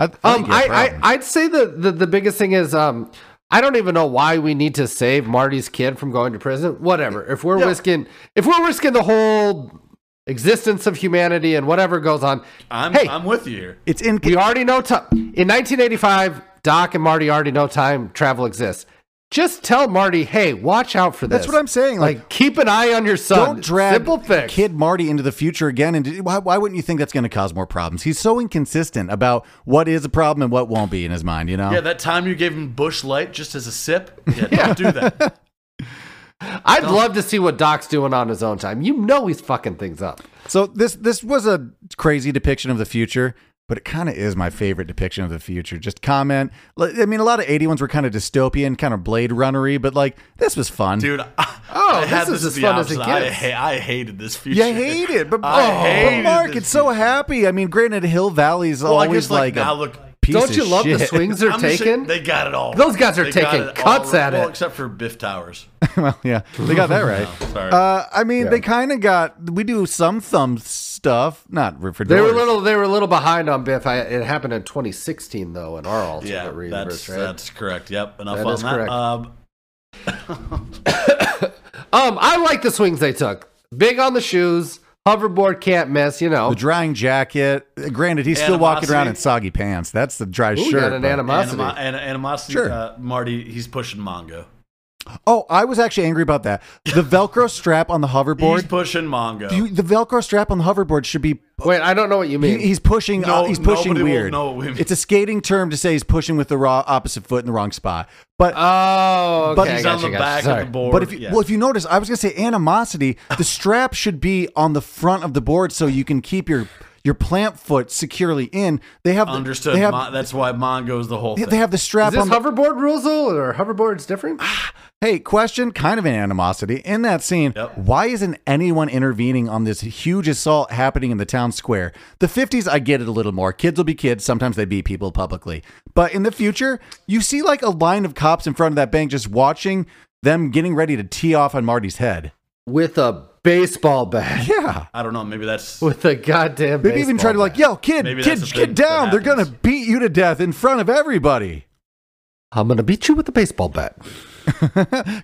Speaker 2: I, I
Speaker 3: Um,
Speaker 2: think he had
Speaker 3: I,
Speaker 2: problems.
Speaker 3: I I'd say the, the the biggest thing is um, I don't even know why we need to save Marty's kid from going to prison. Whatever. If we're risking, if we're risking the whole existence of humanity and whatever goes on,
Speaker 4: I'm,
Speaker 3: hey,
Speaker 4: I'm with you here.
Speaker 2: it's in.
Speaker 3: we already know. T- in 1985, Doc and Marty already know time travel exists. Just tell Marty, hey, watch out for this.
Speaker 2: That's what I'm saying. Like,
Speaker 3: Like, keep an eye on your son.
Speaker 2: don't drag
Speaker 3: Simple fix.
Speaker 2: Kid Marty into the future again. And why, why wouldn't you think that's going to cause more problems? He's so inconsistent about what is a problem and what won't be in his mind. You know.
Speaker 4: Yeah, that time you gave him Bush Light just as a sip. Yeah, don't do that.
Speaker 3: I'd love to see what Doc's doing on his own time. You know he's fucking things up.
Speaker 2: So this this was a crazy depiction of the future, but it kind of is my favorite depiction of the future. Just comment. Like, I mean, a lot of eighty ones were kind of dystopian, kind of Blade Runnery, but like this was fun.
Speaker 4: Dude, I,
Speaker 3: Oh,
Speaker 4: I had
Speaker 3: this is
Speaker 4: this
Speaker 3: as
Speaker 4: the
Speaker 3: fun as it
Speaker 4: opposite. I,
Speaker 3: gets.
Speaker 4: ha- I hated this future.
Speaker 2: You hate it, but,
Speaker 4: I
Speaker 2: oh,
Speaker 4: hated
Speaker 2: Mark,
Speaker 4: this
Speaker 2: it's so happy. I mean, granted, Hill Valley's
Speaker 4: Well, I
Speaker 2: always
Speaker 4: guess like,
Speaker 2: like,
Speaker 4: now
Speaker 2: a
Speaker 4: look.
Speaker 2: piece
Speaker 3: Don't
Speaker 2: of
Speaker 3: you love the
Speaker 2: shit.
Speaker 3: swings they're
Speaker 4: I'm just saying,
Speaker 3: taking?
Speaker 4: They got it all.
Speaker 3: Those guys are
Speaker 4: They got
Speaker 3: taking
Speaker 4: it
Speaker 3: cuts
Speaker 4: all.
Speaker 3: at
Speaker 4: Well,
Speaker 3: it.
Speaker 4: except for Biff Towers.
Speaker 2: well, yeah, they got that right.
Speaker 4: Sorry.
Speaker 2: Uh, I mean, they kind of got. We do some thumb stuff, not for
Speaker 3: They were a little. They were a little behind on Biff. I, it happened in 2016 though in our alternate
Speaker 4: yeah,
Speaker 3: universe,
Speaker 4: that's
Speaker 3: right?
Speaker 4: that's correct. Yep. Enough
Speaker 3: That
Speaker 4: on
Speaker 3: is
Speaker 4: that.
Speaker 3: correct.
Speaker 4: Um,
Speaker 3: Um, I like the swings they took. Big on the shoes, hoverboard can't miss. You know,
Speaker 2: The drying jacket. Uh, Granted, he's still walking around
Speaker 4: Animosity.
Speaker 2: in soggy pants. That's the dry
Speaker 3: Ooh,
Speaker 2: shirt.
Speaker 3: got an
Speaker 2: but-
Speaker 3: animosity.
Speaker 4: animo- an- animosity.
Speaker 2: Sure.
Speaker 4: Uh, Marty, he's pushing Mongo.
Speaker 2: Oh, I was actually angry about that. The Velcro strap on the
Speaker 4: He's
Speaker 2: hoverboard.
Speaker 4: pushing Mongo.
Speaker 2: You- the Velcro strap on the hoverboard should be.
Speaker 3: Wait, I don't know what you
Speaker 2: he-
Speaker 3: mean.
Speaker 2: he's pushing. uh,
Speaker 4: No,
Speaker 2: he's pushing
Speaker 4: nobody will
Speaker 2: weird.
Speaker 4: know what we mean.
Speaker 2: It's a skating term to say he's pushing with the raw opposite foot in the wrong spot. But
Speaker 3: oh, okay,
Speaker 2: But
Speaker 3: I
Speaker 4: he's
Speaker 3: gotcha,
Speaker 4: on the
Speaker 3: gotcha.
Speaker 4: back
Speaker 3: Sorry.
Speaker 4: of the board.
Speaker 2: But if you,
Speaker 4: yeah.
Speaker 2: well, if you notice, I was gonna say animosity. The strap should be on the front of the board so you can keep your your plant foot securely in. They have the-
Speaker 4: understood,
Speaker 2: They have,
Speaker 4: Mon- that's why Mongo's the whole
Speaker 2: they
Speaker 4: thing.
Speaker 2: have the
Speaker 3: Is
Speaker 2: strap
Speaker 3: this
Speaker 2: on. the-
Speaker 3: hoverboard rules or hoverboard's different?
Speaker 2: hey, question, kind of an animosity in that scene.
Speaker 4: Yep.
Speaker 2: Why isn't anyone intervening on this huge assault happening in the town square? The fifties, I get it a little more. Kids will be kids. Sometimes they beat people publicly. But in the future, you see like a line of cops in front of that bank just watching them getting ready to tee off on Marty's head.
Speaker 3: With a baseball bat.
Speaker 2: Yeah.
Speaker 4: I don't know. Maybe that's
Speaker 3: With a goddamn.
Speaker 2: Maybe even try to like, yo, kid,
Speaker 4: Maybe
Speaker 2: kid,
Speaker 4: that's the
Speaker 2: kid
Speaker 4: thing
Speaker 2: down.
Speaker 4: that
Speaker 2: They're gonna
Speaker 4: happens.
Speaker 2: beat you to death in front of everybody.
Speaker 3: I'm gonna beat you with a baseball bat.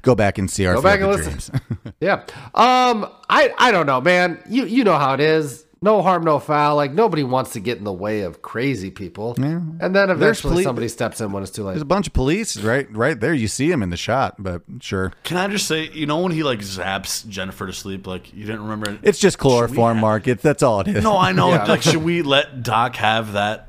Speaker 2: Go back and see our
Speaker 3: Go back
Speaker 2: Field
Speaker 3: and
Speaker 2: of
Speaker 3: listen.
Speaker 2: dreams.
Speaker 3: Yeah. Um. I I don't know, man. You you know how it is. No harm, no foul. Like nobody wants to get in the way of crazy people. And then eventually
Speaker 2: poli-
Speaker 3: somebody steps in when it's too
Speaker 2: There's
Speaker 3: late.
Speaker 2: a bunch of police right, right there. You see him in the shot, but sure,
Speaker 4: Can I just say, you know, when he like zaps Jennifer to sleep, like you didn't remember. It.
Speaker 2: it's just chloroform,
Speaker 4: have-
Speaker 2: Mark. It's that's all it is.
Speaker 4: no, I know.
Speaker 3: Yeah.
Speaker 4: Like, should we let Doc have that?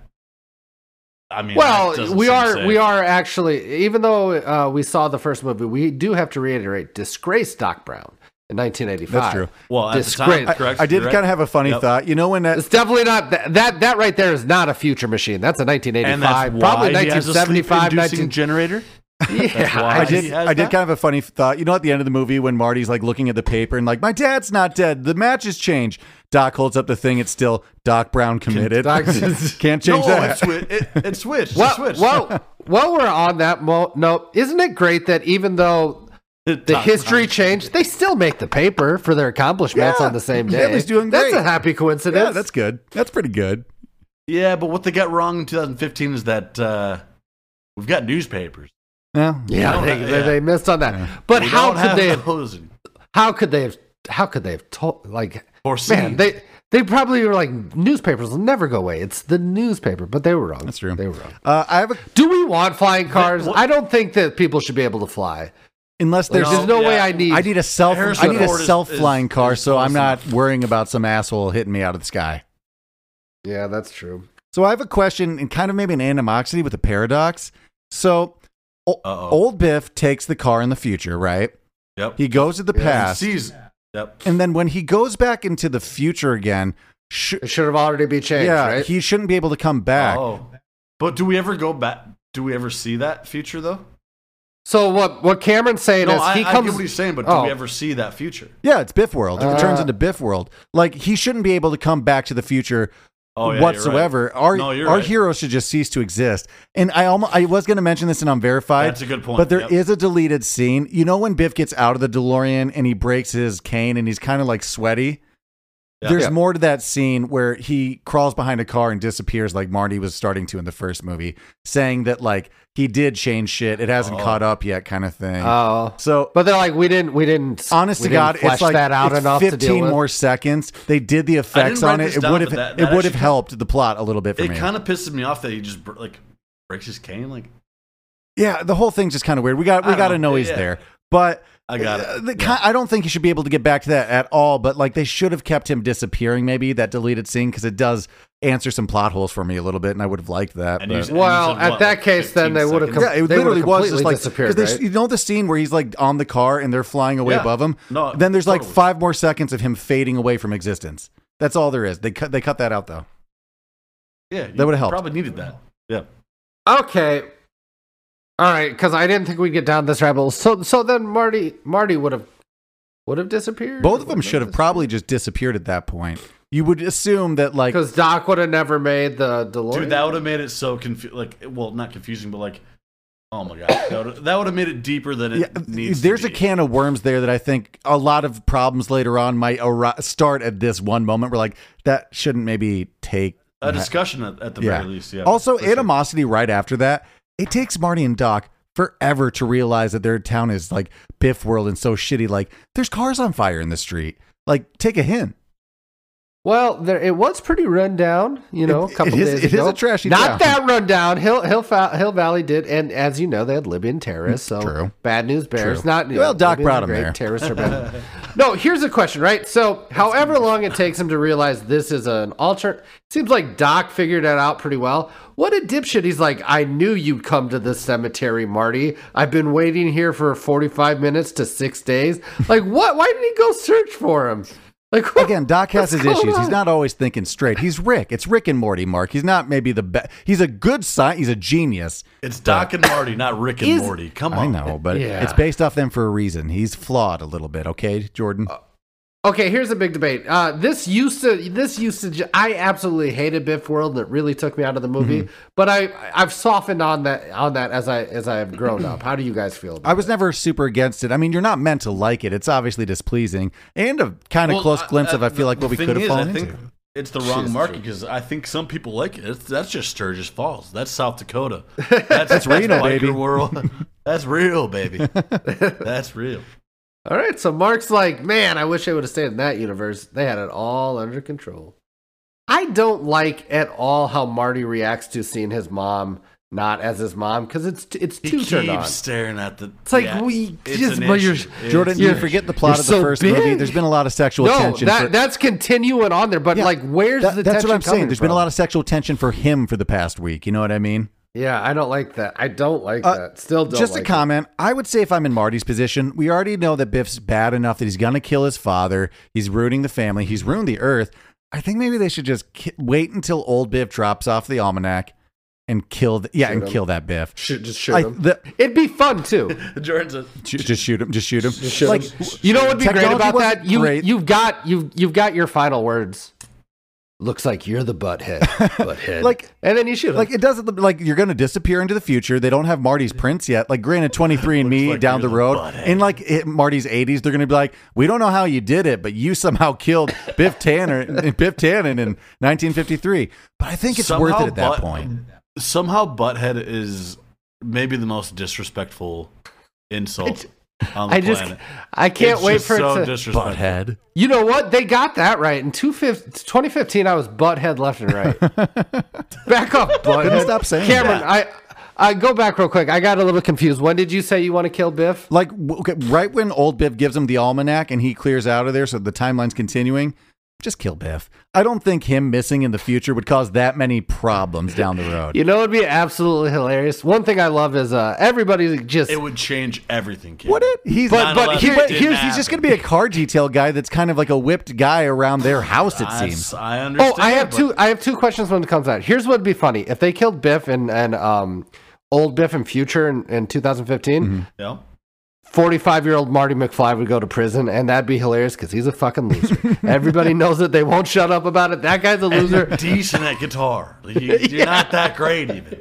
Speaker 4: I mean, that
Speaker 3: Well,
Speaker 4: doesn't
Speaker 3: we
Speaker 4: seem
Speaker 3: are
Speaker 4: safe.
Speaker 3: we are actually even though uh, we saw the first movie, we do have to reiterate disgrace Doc Brown in 1985.
Speaker 2: that's true.
Speaker 4: Well, at the
Speaker 3: Disgrace.
Speaker 4: time,
Speaker 2: I,
Speaker 4: correct.
Speaker 2: I did
Speaker 4: You're right.
Speaker 2: kind of have a funny
Speaker 4: Yep.
Speaker 2: thought. You know when that
Speaker 3: It's definitely not that, that. That right there is not a future machine. That's a 1985,
Speaker 4: and that's
Speaker 3: probably
Speaker 4: why he has a
Speaker 3: 1975,
Speaker 4: sleep-inducing
Speaker 3: 19.
Speaker 4: generator.
Speaker 3: Yeah,
Speaker 4: why
Speaker 2: I
Speaker 4: he
Speaker 2: did.
Speaker 4: has
Speaker 2: I did
Speaker 4: that?
Speaker 2: kind of a funny thought. You know, at the end of the movie, when Marty's like looking at the paper and like, "My dad's not dead. The match has changed." Doc holds up the thing. It's still Doc Brown committed.
Speaker 3: Doc-
Speaker 2: Can't change
Speaker 4: no,
Speaker 2: that.
Speaker 4: It, swi- it, it switched.
Speaker 3: Well,
Speaker 4: it switched.
Speaker 3: well, while we're on that mo- note, isn't it great that even though
Speaker 4: It-
Speaker 3: the
Speaker 4: Doc
Speaker 3: history
Speaker 4: Brown.
Speaker 3: changed, they still make the paper for their accomplishments
Speaker 2: Yeah.
Speaker 3: on the same day?
Speaker 2: Stanley's doing
Speaker 3: That's
Speaker 2: great.
Speaker 3: a happy coincidence.
Speaker 2: Yeah, that's good. That's pretty good.
Speaker 4: Yeah, but what they got wrong in 2015 is that uh, we've got newspapers.
Speaker 2: Yeah.
Speaker 3: yeah,
Speaker 4: We
Speaker 3: they,
Speaker 4: don't
Speaker 3: they,
Speaker 4: have-
Speaker 3: they missed on that. But
Speaker 4: We
Speaker 3: how
Speaker 4: don't have
Speaker 3: could they? Have,
Speaker 4: those in-
Speaker 3: how could they have? How could they have told? Like,
Speaker 4: foreseen.
Speaker 3: man, they they probably were like, newspapers will never go away. It's the newspaper, but they were wrong.
Speaker 2: That's true.
Speaker 3: They were wrong.
Speaker 2: Uh, I have a
Speaker 3: Do we want flying cars?
Speaker 4: what-
Speaker 3: I don't think that people should be able to fly.
Speaker 2: unless
Speaker 3: There's
Speaker 2: there's
Speaker 3: just no
Speaker 4: yeah.
Speaker 3: way I need.
Speaker 2: I need a self
Speaker 4: Harrison
Speaker 2: I need a
Speaker 4: Ford is-
Speaker 2: self flying
Speaker 4: is-
Speaker 2: car,
Speaker 4: is
Speaker 2: so I'm
Speaker 4: close
Speaker 2: not
Speaker 4: enough.
Speaker 2: worrying about some asshole hitting me out of the sky.
Speaker 3: yeah, that's true.
Speaker 2: So I have a question and kind of maybe an animosity with a paradox. So o-
Speaker 4: Uh-oh.
Speaker 2: old Biff takes the car in the future, right?
Speaker 4: Yep.
Speaker 2: He goes to the
Speaker 3: Yeah, he
Speaker 2: past,
Speaker 4: sees. Yep.
Speaker 2: and then when he goes back into the future again, sh-
Speaker 3: It should have already been changed.
Speaker 2: yeah,
Speaker 3: right?
Speaker 2: he shouldn't be able to come back.
Speaker 4: Oh. But do we ever go back? Do we ever see that future though?
Speaker 3: So what? What Cameron's saying
Speaker 4: No,
Speaker 3: is
Speaker 4: I,
Speaker 3: he
Speaker 4: I
Speaker 3: comes.
Speaker 4: get what he's saying, but do
Speaker 3: Oh.
Speaker 4: we ever see that future?
Speaker 2: Yeah, it's Biff World. It
Speaker 4: Uh.
Speaker 2: turns into Biff World. Like he shouldn't be able to come back to the future
Speaker 4: Oh, yeah, you're right.
Speaker 2: whatsoever. Our
Speaker 4: No, you're
Speaker 2: our
Speaker 4: right.
Speaker 2: hero should just cease to exist. And I almost I was going to mention this in Unverified.
Speaker 4: That's a good point,
Speaker 2: But there
Speaker 4: yep.
Speaker 2: is a deleted scene. You know when Biff gets out of the DeLorean and he breaks his cane and he's kind of like sweaty.
Speaker 4: Yeah.
Speaker 2: There's
Speaker 4: Yeah.
Speaker 2: more to that scene where he crawls behind a car and disappears, like Marty was starting to in the first movie, saying that like he did change shit. It hasn't
Speaker 4: Oh.
Speaker 2: caught up yet, kind of thing.
Speaker 3: oh,
Speaker 2: so
Speaker 3: but they're like, we didn't, we didn't.
Speaker 2: Honest
Speaker 3: we
Speaker 2: to
Speaker 3: didn't
Speaker 2: God,
Speaker 3: flesh
Speaker 2: it's like
Speaker 3: that out
Speaker 2: it's
Speaker 3: enough to
Speaker 2: 15
Speaker 3: deal with.
Speaker 2: more seconds. They did the effects
Speaker 4: write
Speaker 2: on
Speaker 4: this
Speaker 2: it. It
Speaker 4: down,
Speaker 2: would
Speaker 4: but
Speaker 2: have
Speaker 4: that-
Speaker 2: it
Speaker 4: that
Speaker 2: would have
Speaker 4: actually-
Speaker 2: helped the plot a little bit for
Speaker 4: It
Speaker 2: me.
Speaker 4: kind of pisses me off that he just br- like breaks his cane. Like
Speaker 2: yeah, the whole thing's just kind of weird. We got
Speaker 4: I
Speaker 2: we
Speaker 4: don't
Speaker 2: got to
Speaker 4: know.
Speaker 2: know he's
Speaker 4: Yeah.
Speaker 2: there, but
Speaker 4: I got
Speaker 2: uh,
Speaker 4: it.
Speaker 2: The, ki- I don't think he should be able to get back to that at all. But like they should have kept him disappearing. Maybe that deleted scene because it does answer some plot holes for me a little bit, and I would have liked that.
Speaker 4: And
Speaker 2: but-
Speaker 4: you said-
Speaker 3: Well,
Speaker 4: and you said
Speaker 3: at
Speaker 4: what,
Speaker 3: that
Speaker 4: like
Speaker 3: case,
Speaker 4: 15
Speaker 3: then they would've
Speaker 4: seconds?
Speaker 3: com-
Speaker 2: yeah, it
Speaker 3: they
Speaker 2: literally
Speaker 3: would've
Speaker 2: was just
Speaker 3: completely
Speaker 2: like 'cause
Speaker 3: disappeared,
Speaker 2: they-
Speaker 3: right?
Speaker 2: you know the scene where he's like on the car and they're flying away
Speaker 4: Yeah.
Speaker 2: above him.
Speaker 4: No,
Speaker 2: then there's like
Speaker 4: Uh, totally.
Speaker 2: five more seconds of him fading away from existence. That's all there is. They cut they cut that out though.
Speaker 4: yeah, you
Speaker 2: that would've helped.
Speaker 4: Probably needed that. Yeah,
Speaker 3: Okay. All right, because I didn't think we'd get down this rabbit hole. So, so then Marty, Marty would have, would have disappeared.
Speaker 2: Both of them should have probably just disappeared at that point. You would assume that like
Speaker 3: because Doc would have never made the DeLorean.
Speaker 4: dude, that would have made it so confusing. Like, well, not confusing, but like, oh my god, that would've- that would have made it deeper than it
Speaker 2: yeah,
Speaker 4: needs.
Speaker 2: there's
Speaker 4: to
Speaker 2: a
Speaker 4: be.
Speaker 2: can of worms there that I think a lot of problems later on might arri- start at this one moment where like that shouldn't maybe take
Speaker 4: a discussion at, at the
Speaker 2: yeah.
Speaker 4: very least. Yeah.
Speaker 2: also
Speaker 4: for sure.
Speaker 2: animosity right after that. It takes Marty and Doc forever to realize that their town is like Biff World and so shitty. Like there's cars on fire in the street. Like take a hint.
Speaker 3: Well, there, it was pretty run down, you know, a
Speaker 2: It- it
Speaker 3: couple
Speaker 2: is-
Speaker 3: days
Speaker 2: it is
Speaker 3: ago.
Speaker 2: a trashy town.
Speaker 3: Not that run down. Hill, Hill, Fa- Hill Valley did, and as you know, they had Libyan terrorists. So
Speaker 2: True.
Speaker 3: bad news bears.
Speaker 2: True.
Speaker 3: Not you
Speaker 2: Well,
Speaker 3: know,
Speaker 2: Doc
Speaker 3: Libyans
Speaker 2: brought
Speaker 3: are
Speaker 2: 'em
Speaker 3: great,
Speaker 2: there.
Speaker 3: Terrorists are bad. no, here's a question, right? So, however long it takes him to realize this is an alternate, seems like Doc figured that out pretty well. What a dipshit! He's like, I knew you'd come to this cemetery, Marty. I've been waiting here for 45 minutes to six days. Like, what? Why did he go search for him? Like what-
Speaker 2: Again, Doc has
Speaker 3: what's
Speaker 2: his
Speaker 3: going
Speaker 2: issues.
Speaker 3: on?
Speaker 2: He's not always thinking straight. He's Rick. It's Rick and Morty, Mark. He's not maybe the best. He's a good sci He's a genius.
Speaker 4: it's Doc and Marty, not Rick and
Speaker 3: Is-
Speaker 4: Morty. Come on,
Speaker 2: I know, but
Speaker 3: Yeah.
Speaker 2: it's based off them for a reason. He's flawed a little bit, okay, Jordan?
Speaker 3: Okay, here's a big debate. Uh, this used to, this used to, ju- I absolutely hated Biff World, and it really took me out of the movie.
Speaker 2: Mm-hmm.
Speaker 3: But I, I've softened on that, on that as I, as I have grown up. How do you guys feel? About
Speaker 2: I was never super against it. I mean, you're not meant to like it. It's obviously displeasing and a kind of
Speaker 4: Well,
Speaker 2: close glimpse of, I
Speaker 4: the-
Speaker 2: feel like,
Speaker 4: the
Speaker 2: what we
Speaker 4: thing
Speaker 2: could have
Speaker 4: is,
Speaker 2: fallen
Speaker 4: I think
Speaker 2: into.
Speaker 4: It's the wrong
Speaker 3: Jesus.
Speaker 4: market because I think some people like it. It's, that's just Sturgis Falls. That's South Dakota. That's, that's
Speaker 2: Reno,
Speaker 4: biker
Speaker 2: baby.
Speaker 4: World. That's real, baby. That's real.
Speaker 3: it? All right, so Mark's like, man, I wish I would have stayed in that universe. They had it all under control. I don't like at all how Marty reacts to seeing his mom not as his mom because it's, it's
Speaker 4: He
Speaker 3: too turned on.
Speaker 4: keeps staring at the. It's
Speaker 3: like, we just- but you're-
Speaker 2: Jordan, you
Speaker 3: you're-
Speaker 2: forget the plot
Speaker 3: you're
Speaker 2: of the
Speaker 3: so
Speaker 2: first
Speaker 3: big.
Speaker 2: movie. There's been a lot of sexual
Speaker 3: No,
Speaker 2: tension.
Speaker 3: that,
Speaker 2: for-
Speaker 3: that's continuing on there, but
Speaker 2: Yeah,
Speaker 3: like, where's
Speaker 2: that-
Speaker 3: the
Speaker 2: that's
Speaker 3: tension
Speaker 2: what I'm saying.
Speaker 3: coming
Speaker 2: There's been a
Speaker 3: from?
Speaker 2: lot of sexual tension for him for the past week. You know what I mean?
Speaker 3: Yeah, I don't like that. I don't like
Speaker 2: Uh,
Speaker 3: that. Still don't.
Speaker 2: Just
Speaker 3: like
Speaker 2: a
Speaker 3: it.
Speaker 2: comment. I would say if I'm in Marty's position, we already know that Biff's bad enough that he's going to kill his father. He's ruining the family. He's ruined the earth. I think maybe they should just ki- wait until old Biff drops off the almanac and kill. The, yeah, and
Speaker 3: him.
Speaker 2: kill that Biff.
Speaker 3: Shoot, just shoot
Speaker 2: I-
Speaker 3: him.
Speaker 2: the-
Speaker 3: It'd be fun too.
Speaker 4: Jordan says,
Speaker 2: Ju- just shoot him. Just shoot him.
Speaker 3: shoot
Speaker 2: like
Speaker 3: him. You know what would be great
Speaker 2: technology
Speaker 3: about
Speaker 2: wasn't
Speaker 3: that? You
Speaker 2: great.
Speaker 3: you've got you you've got your final words. Looks like you're the butthead. butthead.
Speaker 2: Like-
Speaker 3: and then you shoot him.
Speaker 2: like it doesn't look like you're going to disappear into the future. They don't have Marty's prints yet. Like granted, 23 and Me
Speaker 4: Looks like
Speaker 2: down
Speaker 4: you're
Speaker 2: the
Speaker 4: the
Speaker 2: road
Speaker 4: butthead.
Speaker 2: in like it, Marty's 80s, they're going to be like, we don't know how you did it, but you somehow killed Biff Tanner, Biff Tannen in 1953. But I think it's worth it at that
Speaker 4: butt-
Speaker 2: point.
Speaker 4: Somehow, butthead is maybe the most disrespectful insult on the
Speaker 3: I just
Speaker 4: planet.
Speaker 3: I can't
Speaker 4: It's
Speaker 3: wait
Speaker 4: just
Speaker 3: for
Speaker 4: so
Speaker 3: it to.
Speaker 4: disrespectful.
Speaker 3: you know what? They got that right in 2015, 2015 I was butthead left and right. back up, butthead.
Speaker 2: stop saying
Speaker 3: Cameron, I I go back real quick. I got a little confused. When did you say you want to kill Biff?
Speaker 2: Like w- okay, right when old Biff gives him the almanac and he clears out of there, so the timeline's continuing. Just kill Biff. I don't think him missing in the future would cause that many problems down the road.
Speaker 3: You know, it'd be absolutely hilarious. One thing I love is uh, everybody just
Speaker 4: It would change everything, kid.
Speaker 2: Would it? He's
Speaker 3: But- but
Speaker 4: 9/11
Speaker 3: here-
Speaker 2: But
Speaker 4: didn't
Speaker 2: here's he's just going
Speaker 4: happen.
Speaker 2: to be a car detail guy that's kind of like a whipped guy around their house. It
Speaker 4: I,
Speaker 2: seems.
Speaker 4: I
Speaker 3: Oh,
Speaker 4: understand.
Speaker 3: I have
Speaker 4: but-
Speaker 3: two. I have two questions when it comes out. Here's what'd be funny if they killed Biff and and um, Old Biff and Future in, in 2015,
Speaker 4: Yeah.
Speaker 3: 45 year old Marty McFly would go to prison, and that'd be hilarious because he's a fucking loser. Everybody knows it. They won't shut up about it. That guy's a
Speaker 4: And
Speaker 3: loser.
Speaker 4: you're decent at guitar. You, you're not that great even.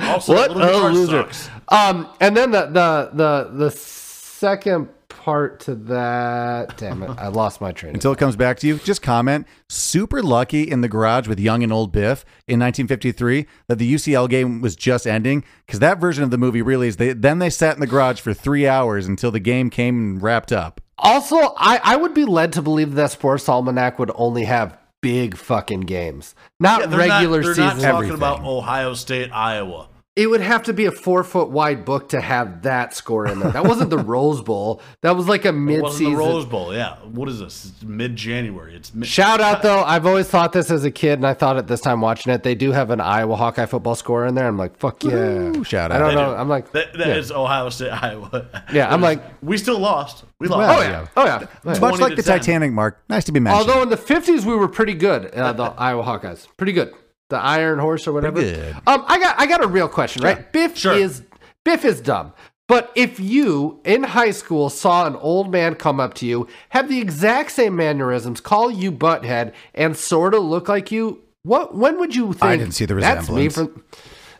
Speaker 4: Also,
Speaker 3: what
Speaker 4: that little
Speaker 3: a
Speaker 4: guitar
Speaker 3: loser.
Speaker 4: sucks.
Speaker 3: Um, and then the the the the second part to that. Damn it, I lost my train.
Speaker 2: Until it comes back to you, just comment super lucky in the garage with Young and Old Biff in 1953 that the UCL game was just ending because that version of the movie really is. They, then they sat in the garage for three hours until the game came and wrapped up.
Speaker 3: Also, I I would be led to believe that Sports Almanac would only have big fucking games, not
Speaker 4: Yeah, they're
Speaker 3: regular
Speaker 4: not, they're
Speaker 3: season.
Speaker 4: not talking
Speaker 2: everything.
Speaker 4: about Ohio State, Iowa.
Speaker 3: It would have to be a four foot wide book to have that score in there. That wasn't the Rose Bowl. That was like a
Speaker 4: It
Speaker 3: mid
Speaker 4: wasn't the Rose
Speaker 3: season.
Speaker 4: Bowl. Yeah. What is this? It's mid-January. It's mid-
Speaker 3: Shout out though, I've always thought this as a kid, and I thought it this time watching it. They do have an Iowa Hawkeye football score in there. I'm like, fuck yeah!
Speaker 2: Woo, shout
Speaker 3: I
Speaker 2: out.
Speaker 3: don't
Speaker 2: They
Speaker 3: know.
Speaker 4: do.
Speaker 3: I'm like,
Speaker 4: That, that is Ohio State, Iowa.
Speaker 3: Yeah, I'm like-
Speaker 4: we still lost. We lost.
Speaker 2: Well,
Speaker 3: oh yeah, oh yeah.
Speaker 2: It's much
Speaker 4: 20
Speaker 2: like
Speaker 4: to
Speaker 2: the
Speaker 4: 10.
Speaker 2: Titanic, Mark. Nice to be mentioned.
Speaker 3: Although in the fifties we were pretty good, uh, the Iowa Hawkeyes, pretty good. The Iron Horse or whatever.
Speaker 2: Pretty good.
Speaker 3: Um, I got I got a real question, right? Biff
Speaker 4: Sure.
Speaker 3: is Biff is dumb. But if you in high school saw an old man come up to you, have the exact same mannerisms, call you butthead, and sort of look like you, what when would you think?
Speaker 2: I didn't see the
Speaker 3: "That's me
Speaker 2: resemblance."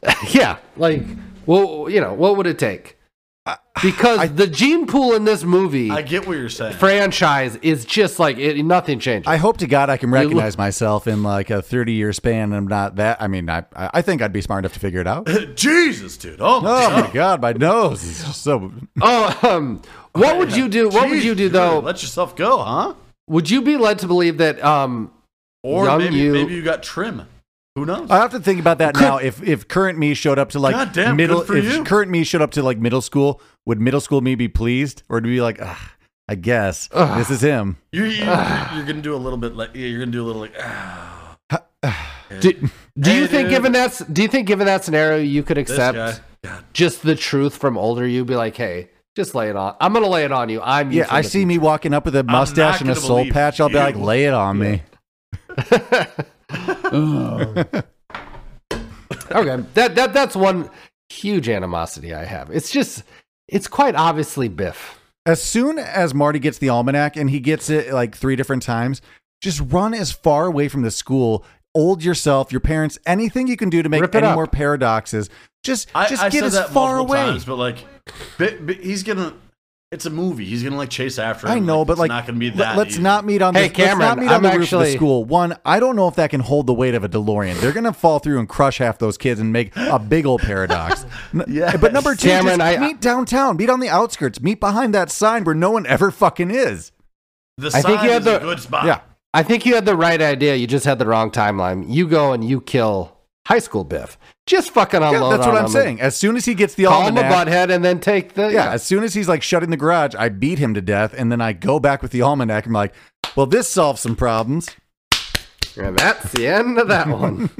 Speaker 3: from-" yeah, like well, you know, what would it take? Because the gene pool in this movie
Speaker 4: I get what you're saying.
Speaker 3: franchise is just like it, nothing changes.
Speaker 2: I hope to God I can recognize myself in like a 30 year span. and I'm not that. I mean, I I think I'd be smart enough to figure it out.
Speaker 4: Jesus, dude. Oh my
Speaker 2: Oh
Speaker 4: god.
Speaker 2: my God, my nose is just so.
Speaker 3: Oh, um, what would you do? What would
Speaker 4: Jeez,
Speaker 3: you do
Speaker 4: dude,
Speaker 3: though?
Speaker 4: Let yourself go, huh?
Speaker 3: Would you be led to believe that? Um,
Speaker 4: Or
Speaker 3: Young
Speaker 4: maybe
Speaker 3: you-
Speaker 4: maybe you got trim. Who knows?
Speaker 2: I have to think about that now. If if current me showed up to like
Speaker 4: God damn,
Speaker 2: middle,
Speaker 4: good for
Speaker 2: if
Speaker 4: you.
Speaker 2: current me showed up to like middle school, would middle school me be pleased or would it be like, Ugh, I guess this is him?
Speaker 4: you, you,
Speaker 2: Ah.
Speaker 4: you're gonna do a little bit like yeah, you're gonna do a little like ah,
Speaker 3: do, do you
Speaker 4: Hey,
Speaker 3: think
Speaker 4: dude.
Speaker 3: given that s- do you think given that scenario you could
Speaker 4: this
Speaker 3: accept
Speaker 4: guy. God,
Speaker 3: just the truth from older you? Be like, hey, just lay it on. I'm gonna lay it on you. I'm you
Speaker 2: Yeah,
Speaker 3: from
Speaker 2: I
Speaker 3: the
Speaker 2: see me walking up with a mustache and a
Speaker 4: gonna
Speaker 2: soul
Speaker 4: believe
Speaker 2: patch. I'll be
Speaker 4: you.
Speaker 2: like, lay it on me.
Speaker 3: okay that that that's one huge animosity I have. It's just it's quite obviously Biff.
Speaker 2: As soon as Marty gets the almanac and he gets it like three different times, just run as far away from the school, old yourself, your parents, anything you can do to make
Speaker 3: Rip it
Speaker 2: any
Speaker 3: up.
Speaker 2: more paradoxes. Just
Speaker 4: I,
Speaker 2: just
Speaker 4: I
Speaker 2: get
Speaker 4: said
Speaker 2: as
Speaker 4: that
Speaker 2: far
Speaker 4: multiple
Speaker 2: away.
Speaker 4: times, but like, but, but he's gonna. It's a movie. He's gonna like chase after. Him.
Speaker 2: I know, but
Speaker 4: it's
Speaker 2: like,
Speaker 4: not gonna be
Speaker 2: let-
Speaker 4: that.
Speaker 2: let's
Speaker 4: easy.
Speaker 2: not meet on
Speaker 3: Hey,
Speaker 2: this. let's not
Speaker 3: Cameron,
Speaker 2: meet on
Speaker 3: I'm
Speaker 2: the roof of the
Speaker 3: actually-
Speaker 2: school. One, I don't know if that can hold the weight of a DeLorean. They're gonna fall through and crush half those kids and make a big old paradox. yeah, but number two,
Speaker 3: Cameron,
Speaker 2: just
Speaker 3: I-
Speaker 2: meet downtown, meet on the outskirts, meet behind that sign where no one ever fucking is.
Speaker 4: The
Speaker 3: I
Speaker 4: sign
Speaker 3: think you had
Speaker 4: is
Speaker 3: the-
Speaker 4: a good spot.
Speaker 2: Yeah,
Speaker 3: I think you had the right idea. You just had the wrong timeline. You go and you kill high school Biff. Just fucking unload.
Speaker 2: yeah, that's
Speaker 3: on
Speaker 2: what I'm
Speaker 3: him.
Speaker 2: saying. As soon as he gets the
Speaker 3: Call him a
Speaker 2: almanac,
Speaker 3: butthead and then take the
Speaker 2: yeah,
Speaker 3: yeah.
Speaker 2: as soon as he's like shutting the garage, I beat him to death, and then I go back with the almanac. I'm like, well, this solves some problems.
Speaker 3: And that's the end of that one.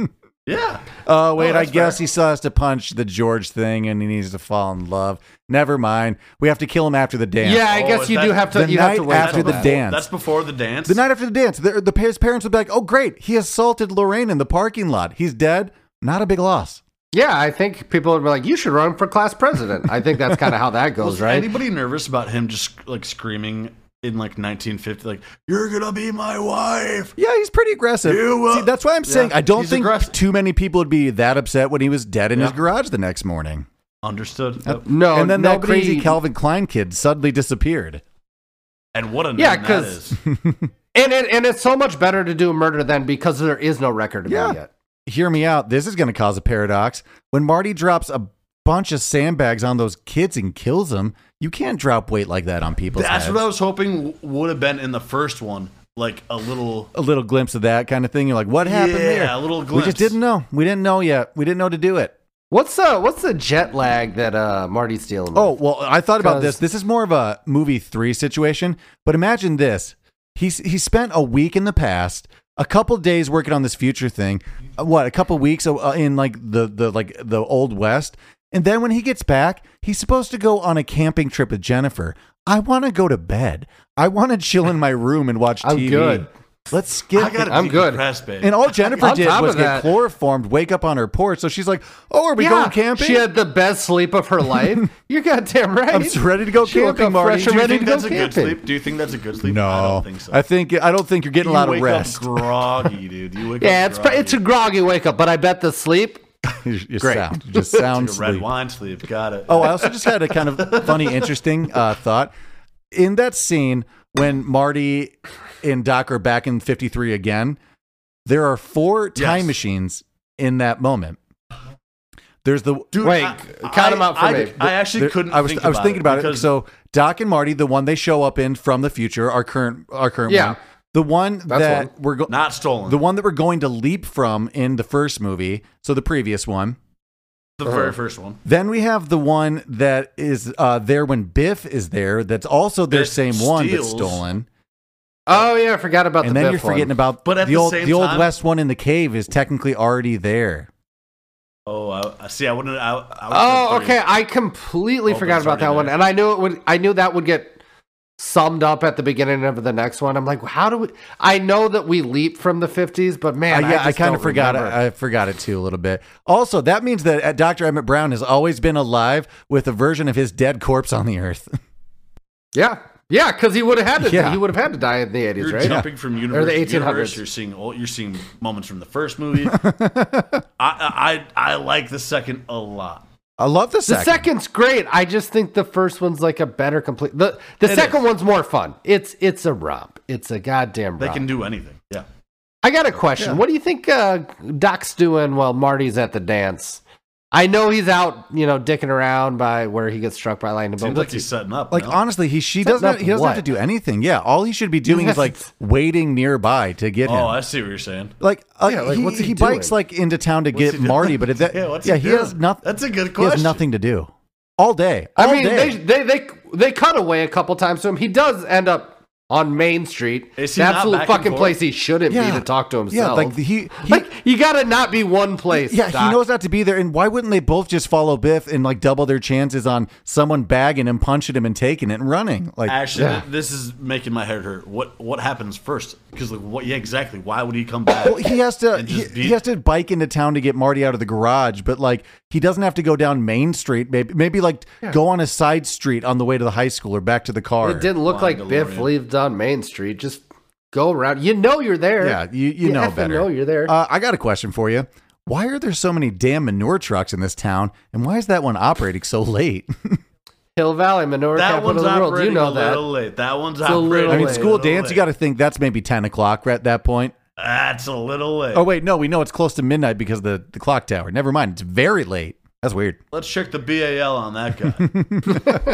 Speaker 4: yeah.
Speaker 2: Oh wait, I
Speaker 4: that's
Speaker 2: guess
Speaker 4: fair.
Speaker 2: he still has to punch the George thing, and he needs to fall in love. Never mind. We have to kill him after the dance.
Speaker 3: yeah, I
Speaker 4: Oh,
Speaker 3: guess you
Speaker 4: that-
Speaker 3: do have to.
Speaker 2: the
Speaker 3: You have to
Speaker 2: night
Speaker 3: wait
Speaker 2: after
Speaker 3: till
Speaker 2: the
Speaker 3: that.
Speaker 2: dance.
Speaker 4: That's before the dance.
Speaker 2: The night after the dance, the, the his parents would be like, "Oh great, he assaulted Lorraine in the parking lot. He's dead. Not a big loss."
Speaker 3: Yeah, I think people would be like, "You should run for class president." I think that's kind of how that goes,
Speaker 4: Was
Speaker 3: right?
Speaker 4: anybody nervous about him just like screaming in like 1950, like "You're gonna be my wife"?
Speaker 2: Yeah, he's pretty aggressive.
Speaker 4: You will-
Speaker 2: See, that's why I'm saying
Speaker 4: Yeah,
Speaker 2: I don't
Speaker 4: he's
Speaker 2: think
Speaker 4: aggressive.
Speaker 2: too many people would be that upset when he was dead in his
Speaker 4: Yeah.
Speaker 2: garage the next morning.
Speaker 4: Understood.
Speaker 3: No,
Speaker 2: and then that
Speaker 3: nobody,
Speaker 2: crazy Calvin Klein kid suddenly disappeared.
Speaker 4: And what a name
Speaker 3: Yeah,
Speaker 4: that
Speaker 3: 'cause-
Speaker 4: is.
Speaker 3: And it, and it's so much better to do a murder than because there is no record of
Speaker 2: Yeah.
Speaker 3: it yet.
Speaker 2: hear me out. This is going to cause a paradox. When Marty drops a bunch of sandbags on those kids and kills them, you can't drop weight like that on people's
Speaker 4: That's
Speaker 2: heads.
Speaker 4: what I was hoping w- would have been in the first one, like a little.
Speaker 2: a little glimpse of that kind of thing. You're like, what happened
Speaker 4: Yeah,
Speaker 2: there?
Speaker 4: a little
Speaker 2: We
Speaker 4: glimpse.
Speaker 2: just didn't know. We didn't know yet. We didn't know to do it.
Speaker 3: What's the what's the jet lag that uh, Marty's dealing with?
Speaker 2: Oh, well, I thought about
Speaker 3: 'Cause-
Speaker 2: this. This is more of a movie three situation, but imagine this. He's, he spent a week in the past, a couple days working on this future thing. uh, What, a couple weeks uh, in like the, the, like the old West. And then when he gets back, he's supposed to go on a camping trip with Jennifer. I want to go to bed. I want to chill in my room and watch
Speaker 3: I'm
Speaker 2: TV.
Speaker 3: good.
Speaker 2: Let's skip.
Speaker 4: I gotta
Speaker 3: I'm good.
Speaker 4: decompress, babe.
Speaker 2: and all Jennifer
Speaker 3: On
Speaker 2: did
Speaker 3: top
Speaker 2: was
Speaker 3: of
Speaker 2: get
Speaker 3: that-
Speaker 2: chloroformed, wake up on her porch. So she's like, "Oh, are we going camping?"
Speaker 3: She had the best sleep of her life. You're goddamn right.
Speaker 2: I'm s- ready to go
Speaker 3: She woke
Speaker 2: camping,
Speaker 3: up
Speaker 2: Marty.
Speaker 3: fresh
Speaker 2: Do
Speaker 4: Do
Speaker 3: and
Speaker 4: you
Speaker 3: ready
Speaker 4: think
Speaker 3: to go
Speaker 4: that's a good
Speaker 3: camping.
Speaker 4: sleep? Do you think that's a good sleep?
Speaker 2: no,
Speaker 4: I don't think so.
Speaker 2: I think I don't think you're getting
Speaker 4: you
Speaker 2: a lot of
Speaker 4: wake
Speaker 2: rest.
Speaker 4: up groggy, dude. You wake
Speaker 3: Yeah,
Speaker 4: up
Speaker 3: it's pr-
Speaker 4: groggy.
Speaker 3: it's a groggy wake up, but I bet the sleep.
Speaker 2: you you
Speaker 3: Great.
Speaker 2: sound you just sound
Speaker 4: Your red
Speaker 2: sleep.
Speaker 4: wine sleep. Got it.
Speaker 2: Oh, I also just had a kind of funny, interesting uh, thought in that scene when Marty and Doc are back in '53 again. There are four time
Speaker 4: Yes.
Speaker 2: machines in that moment. There's the
Speaker 4: dude,
Speaker 3: Wait,
Speaker 4: I-
Speaker 3: count
Speaker 4: I-
Speaker 3: 'em out for
Speaker 4: I,
Speaker 3: me.
Speaker 4: I actually
Speaker 2: There-
Speaker 4: couldn't.
Speaker 2: I was
Speaker 4: think
Speaker 2: I was thinking about it.
Speaker 4: because
Speaker 2: So Doc and Marty, the one they show up in from the future, our current our current
Speaker 3: Yeah.
Speaker 2: one, the one that we're go-
Speaker 4: not stolen.
Speaker 2: the one that we're going to leap from in the first movie, so the previous one.
Speaker 4: The very first one.
Speaker 2: Then we have the one that is uh, there when Biff is there. That's also their
Speaker 4: That
Speaker 2: same one that's
Speaker 4: steals.
Speaker 2: stolen.
Speaker 3: Oh yeah, I forgot about
Speaker 2: And
Speaker 3: the
Speaker 2: then you're
Speaker 3: Biff
Speaker 2: forgetting
Speaker 3: one.
Speaker 2: about
Speaker 4: But at
Speaker 2: the
Speaker 4: the
Speaker 2: old
Speaker 4: same
Speaker 2: the old
Speaker 4: time-
Speaker 2: West one in the cave is technically already there.
Speaker 4: Oh, I, I see. I wouldn't. I, I
Speaker 3: Oh,
Speaker 4: would've said three.
Speaker 3: okay. I completely
Speaker 4: Oh,
Speaker 3: forgot
Speaker 4: it's
Speaker 3: about that
Speaker 4: already
Speaker 3: one,
Speaker 4: there.
Speaker 3: and I knew it would. I knew that would get summed up at the beginning of the next one. I'm like, how do we? I know that we leap from the 50s, but man,
Speaker 2: I, Uh, yeah, I,
Speaker 3: just
Speaker 2: kind of
Speaker 3: don't
Speaker 2: forgot. uh, it.
Speaker 3: remember.
Speaker 2: I forgot it too a little bit. Also, that means that uh, Dr. Emmett Brown has always been alive with a version of his dead corpse on the earth.
Speaker 3: yeah, yeah, because he would have had to.
Speaker 2: Yeah.
Speaker 3: He would have had to die in the 80s,
Speaker 4: You're
Speaker 3: right?
Speaker 4: jumping from universe
Speaker 3: the
Speaker 4: to universe.
Speaker 3: 1800s.
Speaker 4: You're seeing old, you're seeing moments from the first movie. I, I I I like the second a lot.
Speaker 2: I love the
Speaker 3: The
Speaker 2: second.
Speaker 3: second's great. I just think the first one's like a better complete. The the
Speaker 4: It
Speaker 3: second
Speaker 4: is.
Speaker 3: one's more fun. It's it's a romp. It's a goddamn romp.
Speaker 4: They can do anything. Yeah.
Speaker 3: I got a question. What do you think uh, Doc's doing while Marty's at the dance? I know he's out, you know, dicking around by where he gets struck by lightning. But
Speaker 4: Seems like
Speaker 3: what's he-
Speaker 4: he's setting up.
Speaker 2: like
Speaker 4: no?
Speaker 2: honestly, he she
Speaker 3: Set
Speaker 2: doesn't have,
Speaker 3: up
Speaker 2: he doesn't have to
Speaker 3: what?
Speaker 2: do anything. Yeah, all he should be doing is like waiting nearby to get him.
Speaker 4: Oh, I see what you're saying.
Speaker 2: like, uh,
Speaker 3: Yeah, like,
Speaker 2: he,
Speaker 3: what's he
Speaker 2: he bikes
Speaker 3: doing?
Speaker 2: like into town to get
Speaker 4: he doing?
Speaker 2: Marty, but at that, yeah,
Speaker 4: Yeah, what's
Speaker 2: he,
Speaker 4: he doing?
Speaker 2: has nothing.
Speaker 4: That's a good
Speaker 2: He has
Speaker 4: question.
Speaker 2: nothing to do all day.
Speaker 3: I
Speaker 2: all
Speaker 3: mean,
Speaker 2: day.
Speaker 3: they, they they they cut away a couple times to him. He does end up on Main Street,
Speaker 4: Is
Speaker 3: the
Speaker 4: he not
Speaker 3: absolute
Speaker 4: back and
Speaker 3: fucking
Speaker 4: forth?
Speaker 3: place he shouldn't
Speaker 2: Yeah.
Speaker 3: be to talk to himself.
Speaker 2: yeah, like he, he
Speaker 3: like you got to not be one place.
Speaker 2: Yeah, he
Speaker 3: Doc.
Speaker 2: knows not to be there. And why wouldn't they both just follow Biff and like double their chances on someone bagging him, punching him, and taking it and running? Like,
Speaker 4: Actually, th- this is making my head hurt. What what happens first? Because like, what? Yeah, exactly. Why would he come back?
Speaker 2: well, he has to
Speaker 4: And
Speaker 2: he,
Speaker 4: just be-
Speaker 2: he has to bike into town to get Marty out of the garage, but like he doesn't have to go down Main Street. Maybe maybe like go on a side street on the way to the high school or back to the car.
Speaker 3: It didn't look like Biff
Speaker 4: DeLorean.
Speaker 3: lived on Main Street. Just go around. You know you're there.
Speaker 2: Yeah, you you, know
Speaker 3: effing
Speaker 2: better.
Speaker 3: Know you're there.
Speaker 2: Uh, I got a question for you. Why are there so many damn manure trucks in this town, and why is that one operating so late?
Speaker 3: Hill Valley, Manure
Speaker 4: that
Speaker 3: Capital
Speaker 4: one's
Speaker 3: of the World. You
Speaker 4: operating
Speaker 3: know
Speaker 4: a
Speaker 3: that.
Speaker 4: little late. That one's
Speaker 3: a little
Speaker 4: operating.
Speaker 2: I mean,
Speaker 3: Late.
Speaker 2: school dance, you got to think that's maybe ten o'clock right at that point.
Speaker 4: That's a little late.
Speaker 2: Oh wait, no, we know it's close to midnight because of the the clock tower. Never mind, it's very late. That's weird.
Speaker 4: Let's check the BAL on that guy.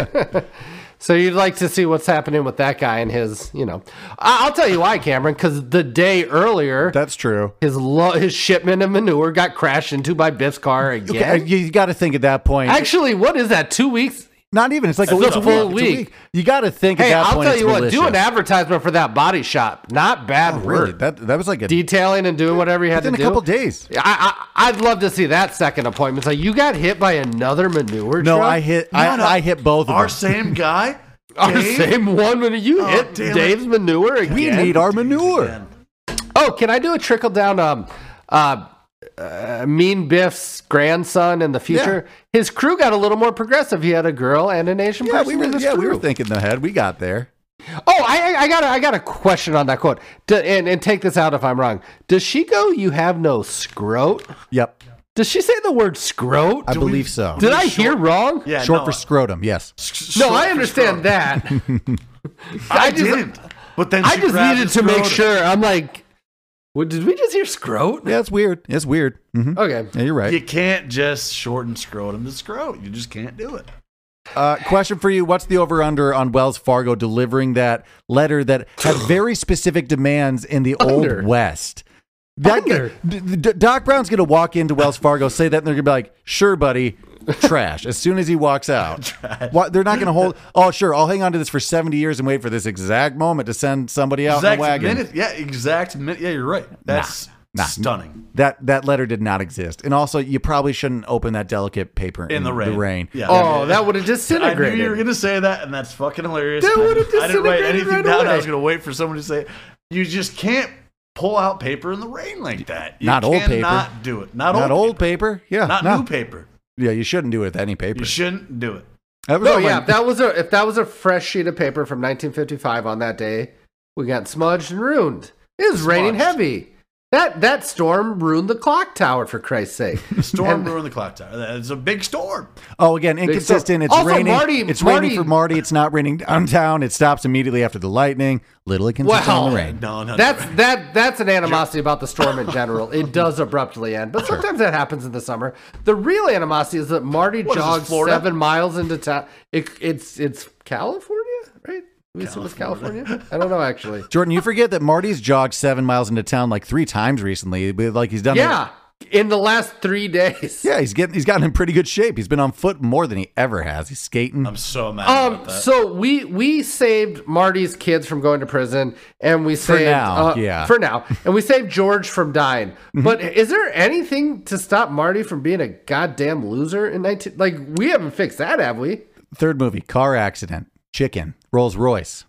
Speaker 3: So you'd like to see what's happening with that guy and his, you know. I- I'll tell you why, Cameron, because the day earlier,
Speaker 2: That's true.
Speaker 3: his lo- his shipment of manure got crashed into by Biff's car
Speaker 2: Yeah,
Speaker 3: again.
Speaker 2: you, got to think at that point.
Speaker 3: Actually, what is that? Two weeks?
Speaker 2: not even. It's like
Speaker 4: That's
Speaker 2: it's
Speaker 4: a
Speaker 3: full
Speaker 2: It's a
Speaker 3: week.
Speaker 2: You got to think
Speaker 3: Hey,
Speaker 2: at that
Speaker 3: I'll
Speaker 2: point.
Speaker 3: tell
Speaker 2: it's
Speaker 3: you what. Do an
Speaker 2: malicious. Oh,
Speaker 3: advertisement for that body shop. Not bad work.
Speaker 2: Really, that that was like a
Speaker 3: Detailing and doing whatever you had
Speaker 2: within
Speaker 3: to
Speaker 2: a
Speaker 3: do.
Speaker 2: couple days.
Speaker 3: I, I I'd love to see that second appointment. It's like you got hit by another manure
Speaker 2: No,
Speaker 3: truck.
Speaker 2: I hit. I,
Speaker 4: No, no.
Speaker 2: I hit both of
Speaker 4: Our
Speaker 2: us.
Speaker 4: same guy.
Speaker 3: Our
Speaker 4: Dave?
Speaker 3: same one when you hit
Speaker 4: damn it.
Speaker 3: Dave's manure again.
Speaker 2: Oh, We need our manure.
Speaker 3: Oh, can I do a trickle down? Um, uh, uh, Mean Biff's grandson in the future. His crew got a little more progressive. He had a girl and an Asian
Speaker 2: Yeah,
Speaker 3: person.
Speaker 2: we were.
Speaker 3: in his
Speaker 2: Yeah, we
Speaker 3: crew.
Speaker 2: were thinking ahead. We got there.
Speaker 3: Oh, I, I- I got a, I got a question on that quote. Do, and and take this out if I'm wrong. Does she go? You have no scrote.
Speaker 2: Yep,
Speaker 3: Does she say the word scrote?
Speaker 2: I believe so.
Speaker 3: Did I hear wrong?
Speaker 4: Yeah,
Speaker 2: Short
Speaker 4: no,
Speaker 2: for scrotum. Yes.
Speaker 3: No, I understand that.
Speaker 4: I,
Speaker 3: I just-
Speaker 4: didn't. But then
Speaker 3: I
Speaker 4: she
Speaker 3: just
Speaker 4: grabbed
Speaker 3: needed
Speaker 4: his
Speaker 3: to make
Speaker 4: throat.
Speaker 3: sure. I'm like, what, did we just hear scrote?
Speaker 2: Yeah, it's weird. It's weird. hmm
Speaker 3: Okay.
Speaker 2: Yeah, you're right.
Speaker 4: You can't just shorten scrotum to scrot. You just can't do it.
Speaker 2: Uh, question for you: What's the over/under on Wells Fargo delivering that letter that had very specific demands in the
Speaker 3: Under.
Speaker 2: old West? That,
Speaker 3: Under.
Speaker 2: D- D- Doc Brown's gonna walk into Wells Fargo, say that, and they're gonna be like, "Sure, buddy, trash." As soon as he walks out, Why- they're not gonna hold. Oh, sure, I'll hang on to this for seventy years and wait for this exact moment to send somebody out in
Speaker 4: Exact
Speaker 2: a wagon.
Speaker 4: minute. Yeah, exact minute. Yeah, you're right. That's
Speaker 2: nah.
Speaker 4: stunning.
Speaker 2: That that letter did not exist, and also you probably shouldn't open that delicate paper in,
Speaker 4: In the rain.
Speaker 2: The rain.
Speaker 4: Yeah.
Speaker 3: Oh, that would have
Speaker 4: I knew
Speaker 3: disintegrated.
Speaker 4: you were going to say that, and that's fucking hilarious.
Speaker 3: That
Speaker 4: I
Speaker 3: would've
Speaker 4: didn't- I didn't write
Speaker 3: disintegrated
Speaker 4: anything
Speaker 3: right
Speaker 4: down. I
Speaker 3: away.
Speaker 4: was going to wait for someone to say it. You just can't pull out paper in the rain like that. You
Speaker 2: Not old paper.
Speaker 4: Not do it. Not,
Speaker 2: Not
Speaker 4: old.
Speaker 2: old paper. Yeah.
Speaker 4: Not
Speaker 2: no.
Speaker 4: new paper.
Speaker 2: Yeah, you shouldn't do it with any paper.
Speaker 4: You shouldn't do it.
Speaker 2: That was
Speaker 3: No,
Speaker 2: all my-
Speaker 3: yeah, if that was a if that was a fresh sheet of paper from 1955 on that day, we got smudged and ruined. It was raining
Speaker 4: Smudged.
Speaker 3: heavy. That that storm ruined the clock tower for Christ's sake.
Speaker 4: The storm ruined the clock tower. That is a big storm.
Speaker 2: Oh, again, inconsistent. It's
Speaker 3: Also,
Speaker 2: raining.
Speaker 3: Marty-
Speaker 2: it's
Speaker 3: Marty-
Speaker 2: raining for Marty. It's not raining downtown. It stops immediately after the lightning. Little inconsistent on the
Speaker 3: Well,
Speaker 2: rain.
Speaker 4: No, no.
Speaker 3: That's that that's an animosity about the storm in general. It does abruptly end, but sometimes that happens in the summer. The real animosity is that Marty
Speaker 4: is this,
Speaker 3: jogs
Speaker 4: Florida?
Speaker 3: seven miles into town. It, it's it's California, right? We assume it's California. I don't know actually.
Speaker 2: Jordan, you forget that Marty's jogged seven miles into town like three times recently. But like he's done. it-
Speaker 3: Yeah, in the last three days.
Speaker 2: yeah, he's getting. He's gotten in pretty good shape. He's been on foot more than he ever has. He's skating.
Speaker 4: I'm so mad about
Speaker 3: Um.
Speaker 4: that.
Speaker 3: So we we saved Marty's kids from going to prison, and we saved uh,
Speaker 2: now, yeah. Mm-hmm.
Speaker 3: for now, and we saved George from dying. But is there anything to stop Marty from being a goddamn loser in nineteen? Like we haven't fixed that, have we?
Speaker 2: Third movie: car accident, chicken, Rolls Royce.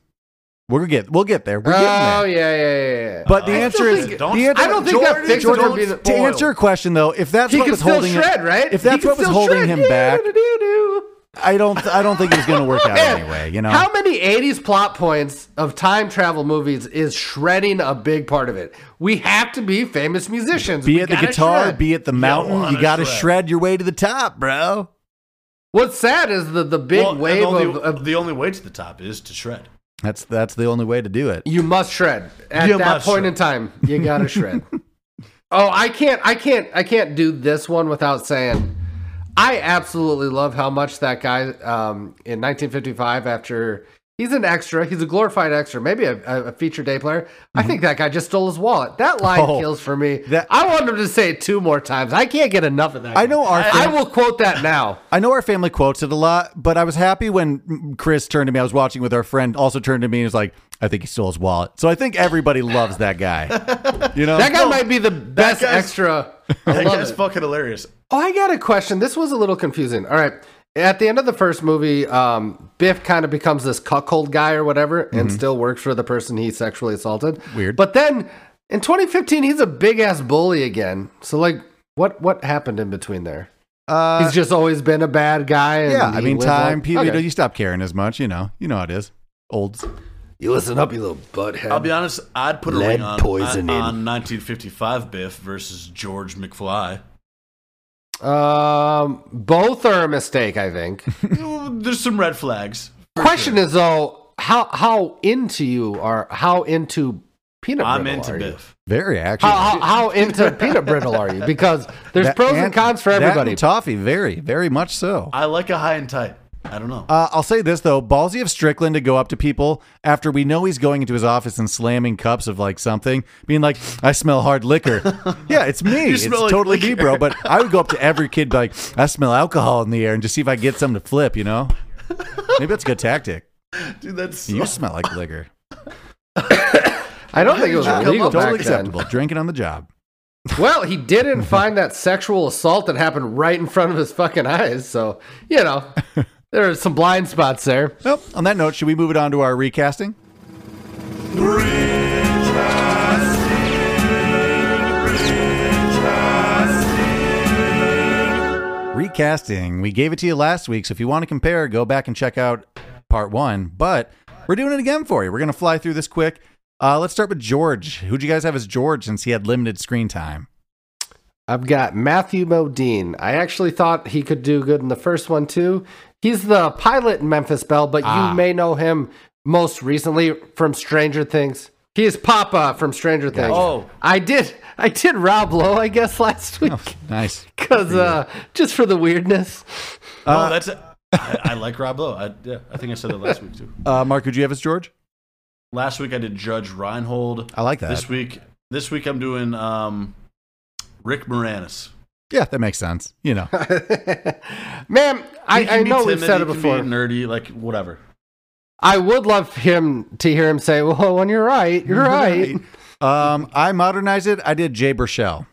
Speaker 2: We're gonna get. We'll get there. We're getting
Speaker 3: Oh yeah,
Speaker 2: there.
Speaker 3: yeah, yeah. yeah.
Speaker 2: But the
Speaker 4: I
Speaker 2: answer
Speaker 4: still
Speaker 2: is
Speaker 4: think-
Speaker 2: the
Speaker 4: don't-
Speaker 2: answer,
Speaker 3: I don't think that fixes
Speaker 2: Jordan,
Speaker 3: him being a-
Speaker 2: to answer your question though, if that's
Speaker 3: he
Speaker 2: what
Speaker 3: can
Speaker 2: was
Speaker 3: still
Speaker 2: holding
Speaker 3: shred,
Speaker 2: him,
Speaker 3: right?
Speaker 2: if that's
Speaker 3: He can
Speaker 2: what was
Speaker 3: still
Speaker 2: holding
Speaker 3: shred.
Speaker 2: him back,
Speaker 3: Do-do-do-do.
Speaker 2: I don't. I don't think it was going to work out
Speaker 3: Man,
Speaker 2: anyway. You know.
Speaker 3: How many 80s plot points of time travel movies is shredding a big part of it? We have to be famous musicians.
Speaker 2: be
Speaker 3: We
Speaker 2: it the
Speaker 3: gotta
Speaker 2: guitar,
Speaker 3: shred.
Speaker 2: be it the mountain,
Speaker 4: wanna
Speaker 2: you got to
Speaker 4: shred.
Speaker 2: shred your way to the top, bro.
Speaker 3: What's sad is the, the big
Speaker 4: Well, and
Speaker 3: wave
Speaker 4: the only,
Speaker 3: of, of
Speaker 4: the only way to the top is to shred.
Speaker 2: That's that's the only way to do it.
Speaker 3: you must shred. At
Speaker 4: You
Speaker 3: that
Speaker 4: must
Speaker 3: point
Speaker 4: shred.
Speaker 3: in time, you gotta shred. Oh, I can't I can't I can't do this one without saying I absolutely love how much that guy um, in 1955 after he's an extra, he's a glorified extra, maybe a, a a feature day player. I think that guy just stole his wallet. That line
Speaker 2: Oh,
Speaker 3: kills for me.
Speaker 2: that-
Speaker 3: I want him to say it two more times. I can't get enough of that.
Speaker 2: I
Speaker 3: guy.
Speaker 2: know our
Speaker 3: I, I will quote that now.
Speaker 2: I know our family quotes it a lot, but I was happy when Chris turned to me. I was watching with our friend, also turned to me and was like, "I think he stole his wallet." So I think everybody loves that guy. You know,
Speaker 3: That guy might be the best
Speaker 4: guy's-
Speaker 3: extra. I
Speaker 4: That
Speaker 3: love
Speaker 4: guy's
Speaker 3: it.
Speaker 4: fucking hilarious.
Speaker 3: Oh, I got a question. This was a little confusing. All right. At the end of the first movie, um, Biff kind of becomes this cuckold guy or whatever and still works for the person he sexually assaulted.
Speaker 2: Mm-hmm. Weird.
Speaker 3: But then in 2015, he's a big ass bully again. So, like, what what happened in between there?
Speaker 2: Uh,
Speaker 3: He's just always been a bad guy. And
Speaker 2: yeah,
Speaker 3: he
Speaker 2: I mean,
Speaker 3: lives on-
Speaker 2: time, people, you, know,
Speaker 3: Okay.
Speaker 2: you stop caring as much. You know, you know how it is. Olds.
Speaker 3: You listen up, you little butthead.
Speaker 4: I'll be honest. I'd put a
Speaker 3: Lead
Speaker 4: ring on,
Speaker 3: poisoning.
Speaker 4: on 1955 Biff versus George McFly.
Speaker 3: um, both are a mistake, I think.
Speaker 4: There's some red flags.
Speaker 3: question is though, how how into you are how into peanut?
Speaker 4: I'm
Speaker 3: brittle
Speaker 4: into
Speaker 3: are you?
Speaker 4: Biff.
Speaker 2: Very actually.
Speaker 3: How, how, how into peanut brittle are you? Because there's
Speaker 2: That-
Speaker 3: pros and cons for
Speaker 2: that
Speaker 3: everybody.
Speaker 2: and toffee, very, very much so.
Speaker 4: I like a high and tight. I don't know.
Speaker 2: Uh, I'll say this though, ballsy of Strickland to go up to people after we know he's going into his office and slamming cups of like something, being like, "I smell hard liquor." yeah, it's me. it's
Speaker 4: smell like
Speaker 2: totally me,
Speaker 4: liquor.
Speaker 2: bro. But I would go up to every kid be like, "I smell alcohol in the air," and just see if I can get something to flip. You know, maybe that's a good tactic.
Speaker 4: Dude, that's so,
Speaker 2: You smell like liquor.
Speaker 3: I don't think it was
Speaker 4: Come
Speaker 3: illegal
Speaker 4: on,
Speaker 3: back
Speaker 2: totally
Speaker 3: then.
Speaker 2: acceptable. Drinking on the job.
Speaker 3: Well, he didn't find that sexual assault that happened right in front of his fucking eyes. So you know, there are some blind spots there.
Speaker 2: Well, on that note, should we move it on to our recasting? Recasting. We gave it to you last week, so if you want to compare, go back and check out part one. But we're doing it again for you. We're going to fly through this quick. Uh, let's start with George. Who'd you guys have as George since he had limited screen time?
Speaker 3: I've got Matthew Modine. I actually thought he could do good in the first one too. He's the pilot in Memphis Belle, but
Speaker 2: Ah.
Speaker 3: you may know him most recently from Stranger Things. He is Papa from Stranger Things.
Speaker 4: Oh.
Speaker 3: I did, I did Rob Lowe, I guess, last week
Speaker 2: Nice.
Speaker 3: because uh, just for the weirdness.
Speaker 4: no, oh, that's. A, I, I like Rob Lowe. I, yeah, I think I said that last week too.
Speaker 2: Uh, Mark, who'd you have as George?
Speaker 4: Last week I did Judge Reinhold.
Speaker 2: I like that.
Speaker 4: This week, this week I'm doing um, Rick Moranis.
Speaker 2: yeah, that makes sense. You know.
Speaker 3: Man,
Speaker 4: He
Speaker 3: I,
Speaker 4: can
Speaker 3: I
Speaker 4: be
Speaker 3: know
Speaker 4: timid,
Speaker 3: we've said
Speaker 4: he
Speaker 3: it
Speaker 4: can be
Speaker 3: before.
Speaker 4: nerdy, like whatever.
Speaker 3: I would love him to hear him say, "Well, when you're right, you're right."
Speaker 2: Um, I modernized it. I did Jay Burchell.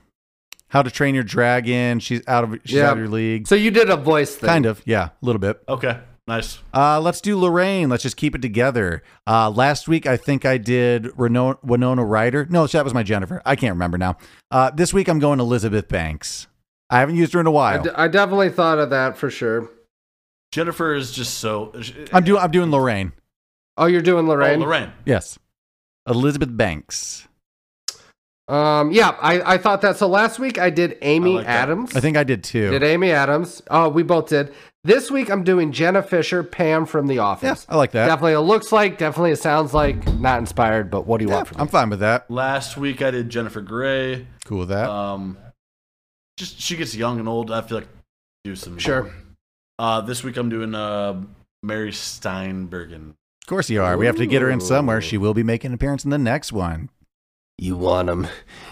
Speaker 2: How to Train Your Dragon. She's out of she's
Speaker 3: Yeah.
Speaker 2: out of your league.
Speaker 3: So you did a voice thing.
Speaker 2: kind of, yeah, a little bit.
Speaker 4: Okay, Nice.
Speaker 2: Uh, let's do Lorraine. Let's just keep it together. Uh, last week, I think I did Reno- Winona Ryder. No, that was my Jennifer. I can't remember now. Uh, this week, I'm going Elizabeth Banks. I haven't used her in a
Speaker 3: I
Speaker 2: while.
Speaker 3: d- I definitely thought of that for sure.
Speaker 4: Jennifer is just so. she-
Speaker 2: I'm doing. I'm doing Lorraine.
Speaker 3: Oh, you're doing Lorraine.
Speaker 4: Oh, Lorraine.
Speaker 2: Yes, Elizabeth Banks.
Speaker 3: Um, yeah, I, I thought that. So last week I did Amy
Speaker 4: I like that.
Speaker 3: Adams.
Speaker 2: I think I did too.
Speaker 3: did Amy Adams. Oh, we both did. This week I'm doing Jenna Fisher, Pam from The
Speaker 2: Yeah,
Speaker 3: Office.
Speaker 2: I like that.
Speaker 3: Definitely, it looks like. Definitely, it sounds like. Not inspired, but what do you
Speaker 2: Yeah,
Speaker 3: want from
Speaker 2: I'm fine with that.
Speaker 4: Last week I did Jennifer Grey.
Speaker 2: Cool with that.
Speaker 4: Um, just she gets young and old. I feel like do some.
Speaker 3: me? Sure.
Speaker 4: Uh, this week I'm doing uh Mary Steinbergen.
Speaker 2: of course you are. We have to get her in somewhere.
Speaker 3: Ooh.
Speaker 2: She will be making an appearance in the next one.
Speaker 3: You want them,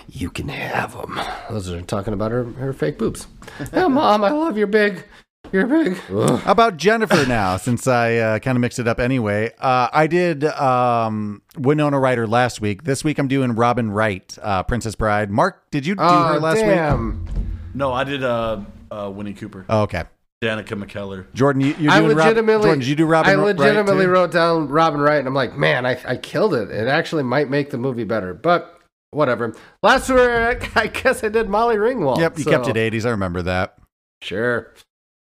Speaker 3: you can have them. Those are talking about her, her fake boobs. yeah, mom, I love your big, your big.
Speaker 2: How about Jennifer now? since I uh, kind of mixed it up anyway, uh, I did um, Winona Ryder last week. This week I'm doing Robin Wright, uh, Princess Bride. Mark, did you do her last week?
Speaker 3: Ah, Oh, damn.
Speaker 4: No, I did uh, uh Winnie Cooper,
Speaker 2: Oh, okay,
Speaker 4: Danica McKellar.
Speaker 2: Jordan, you, you're
Speaker 3: I
Speaker 2: doing Rob,
Speaker 3: legitimately,
Speaker 2: Jordan, did you do Robin?
Speaker 3: I
Speaker 2: Wright
Speaker 3: legitimately
Speaker 2: too?
Speaker 3: wrote down Robin Wright, and I'm like, man, I, I killed it. It actually might make the movie better, but whatever. Last year, I guess I did Molly Ringwald.
Speaker 2: Yep, you
Speaker 3: so-
Speaker 2: kept it eh? 80s. I remember that.
Speaker 3: Sure.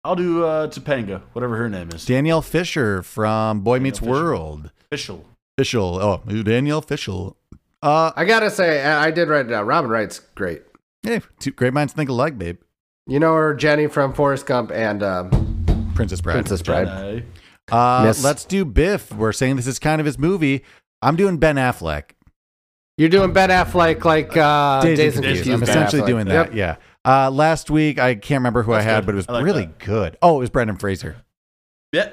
Speaker 4: I'll do uh Topanga, whatever her name is.
Speaker 2: Danielle Fisher from Boy Meets
Speaker 4: Fisher.
Speaker 2: World.
Speaker 4: Official.
Speaker 2: Fishel. Oh, Danielle Fishel. Uh,
Speaker 3: I gotta say, I I did write it down. Robin Wright's great.
Speaker 2: hey, two great minds think alike, babe.
Speaker 3: You know her, Jenny from Forrest Gump and um,
Speaker 2: Princess Bride.
Speaker 3: Princess Bride.
Speaker 4: Jedi.
Speaker 2: Uh,
Speaker 3: Miss.
Speaker 2: Let's do Biff. We're saying this is kind of his movie. I'm doing Ben Affleck.
Speaker 3: You're doing Ben Affleck like uh, Days, and Confused.
Speaker 2: I'm
Speaker 3: Ben
Speaker 2: essentially
Speaker 3: Affleck.
Speaker 2: doing that.
Speaker 3: Yep.
Speaker 2: Yeah. Uh, last week I can't remember who
Speaker 4: That's
Speaker 2: I had,
Speaker 4: good.
Speaker 2: but it was
Speaker 4: I like
Speaker 2: really
Speaker 4: that.
Speaker 2: good. Oh, it was Brendan Fraser.
Speaker 4: Yeah.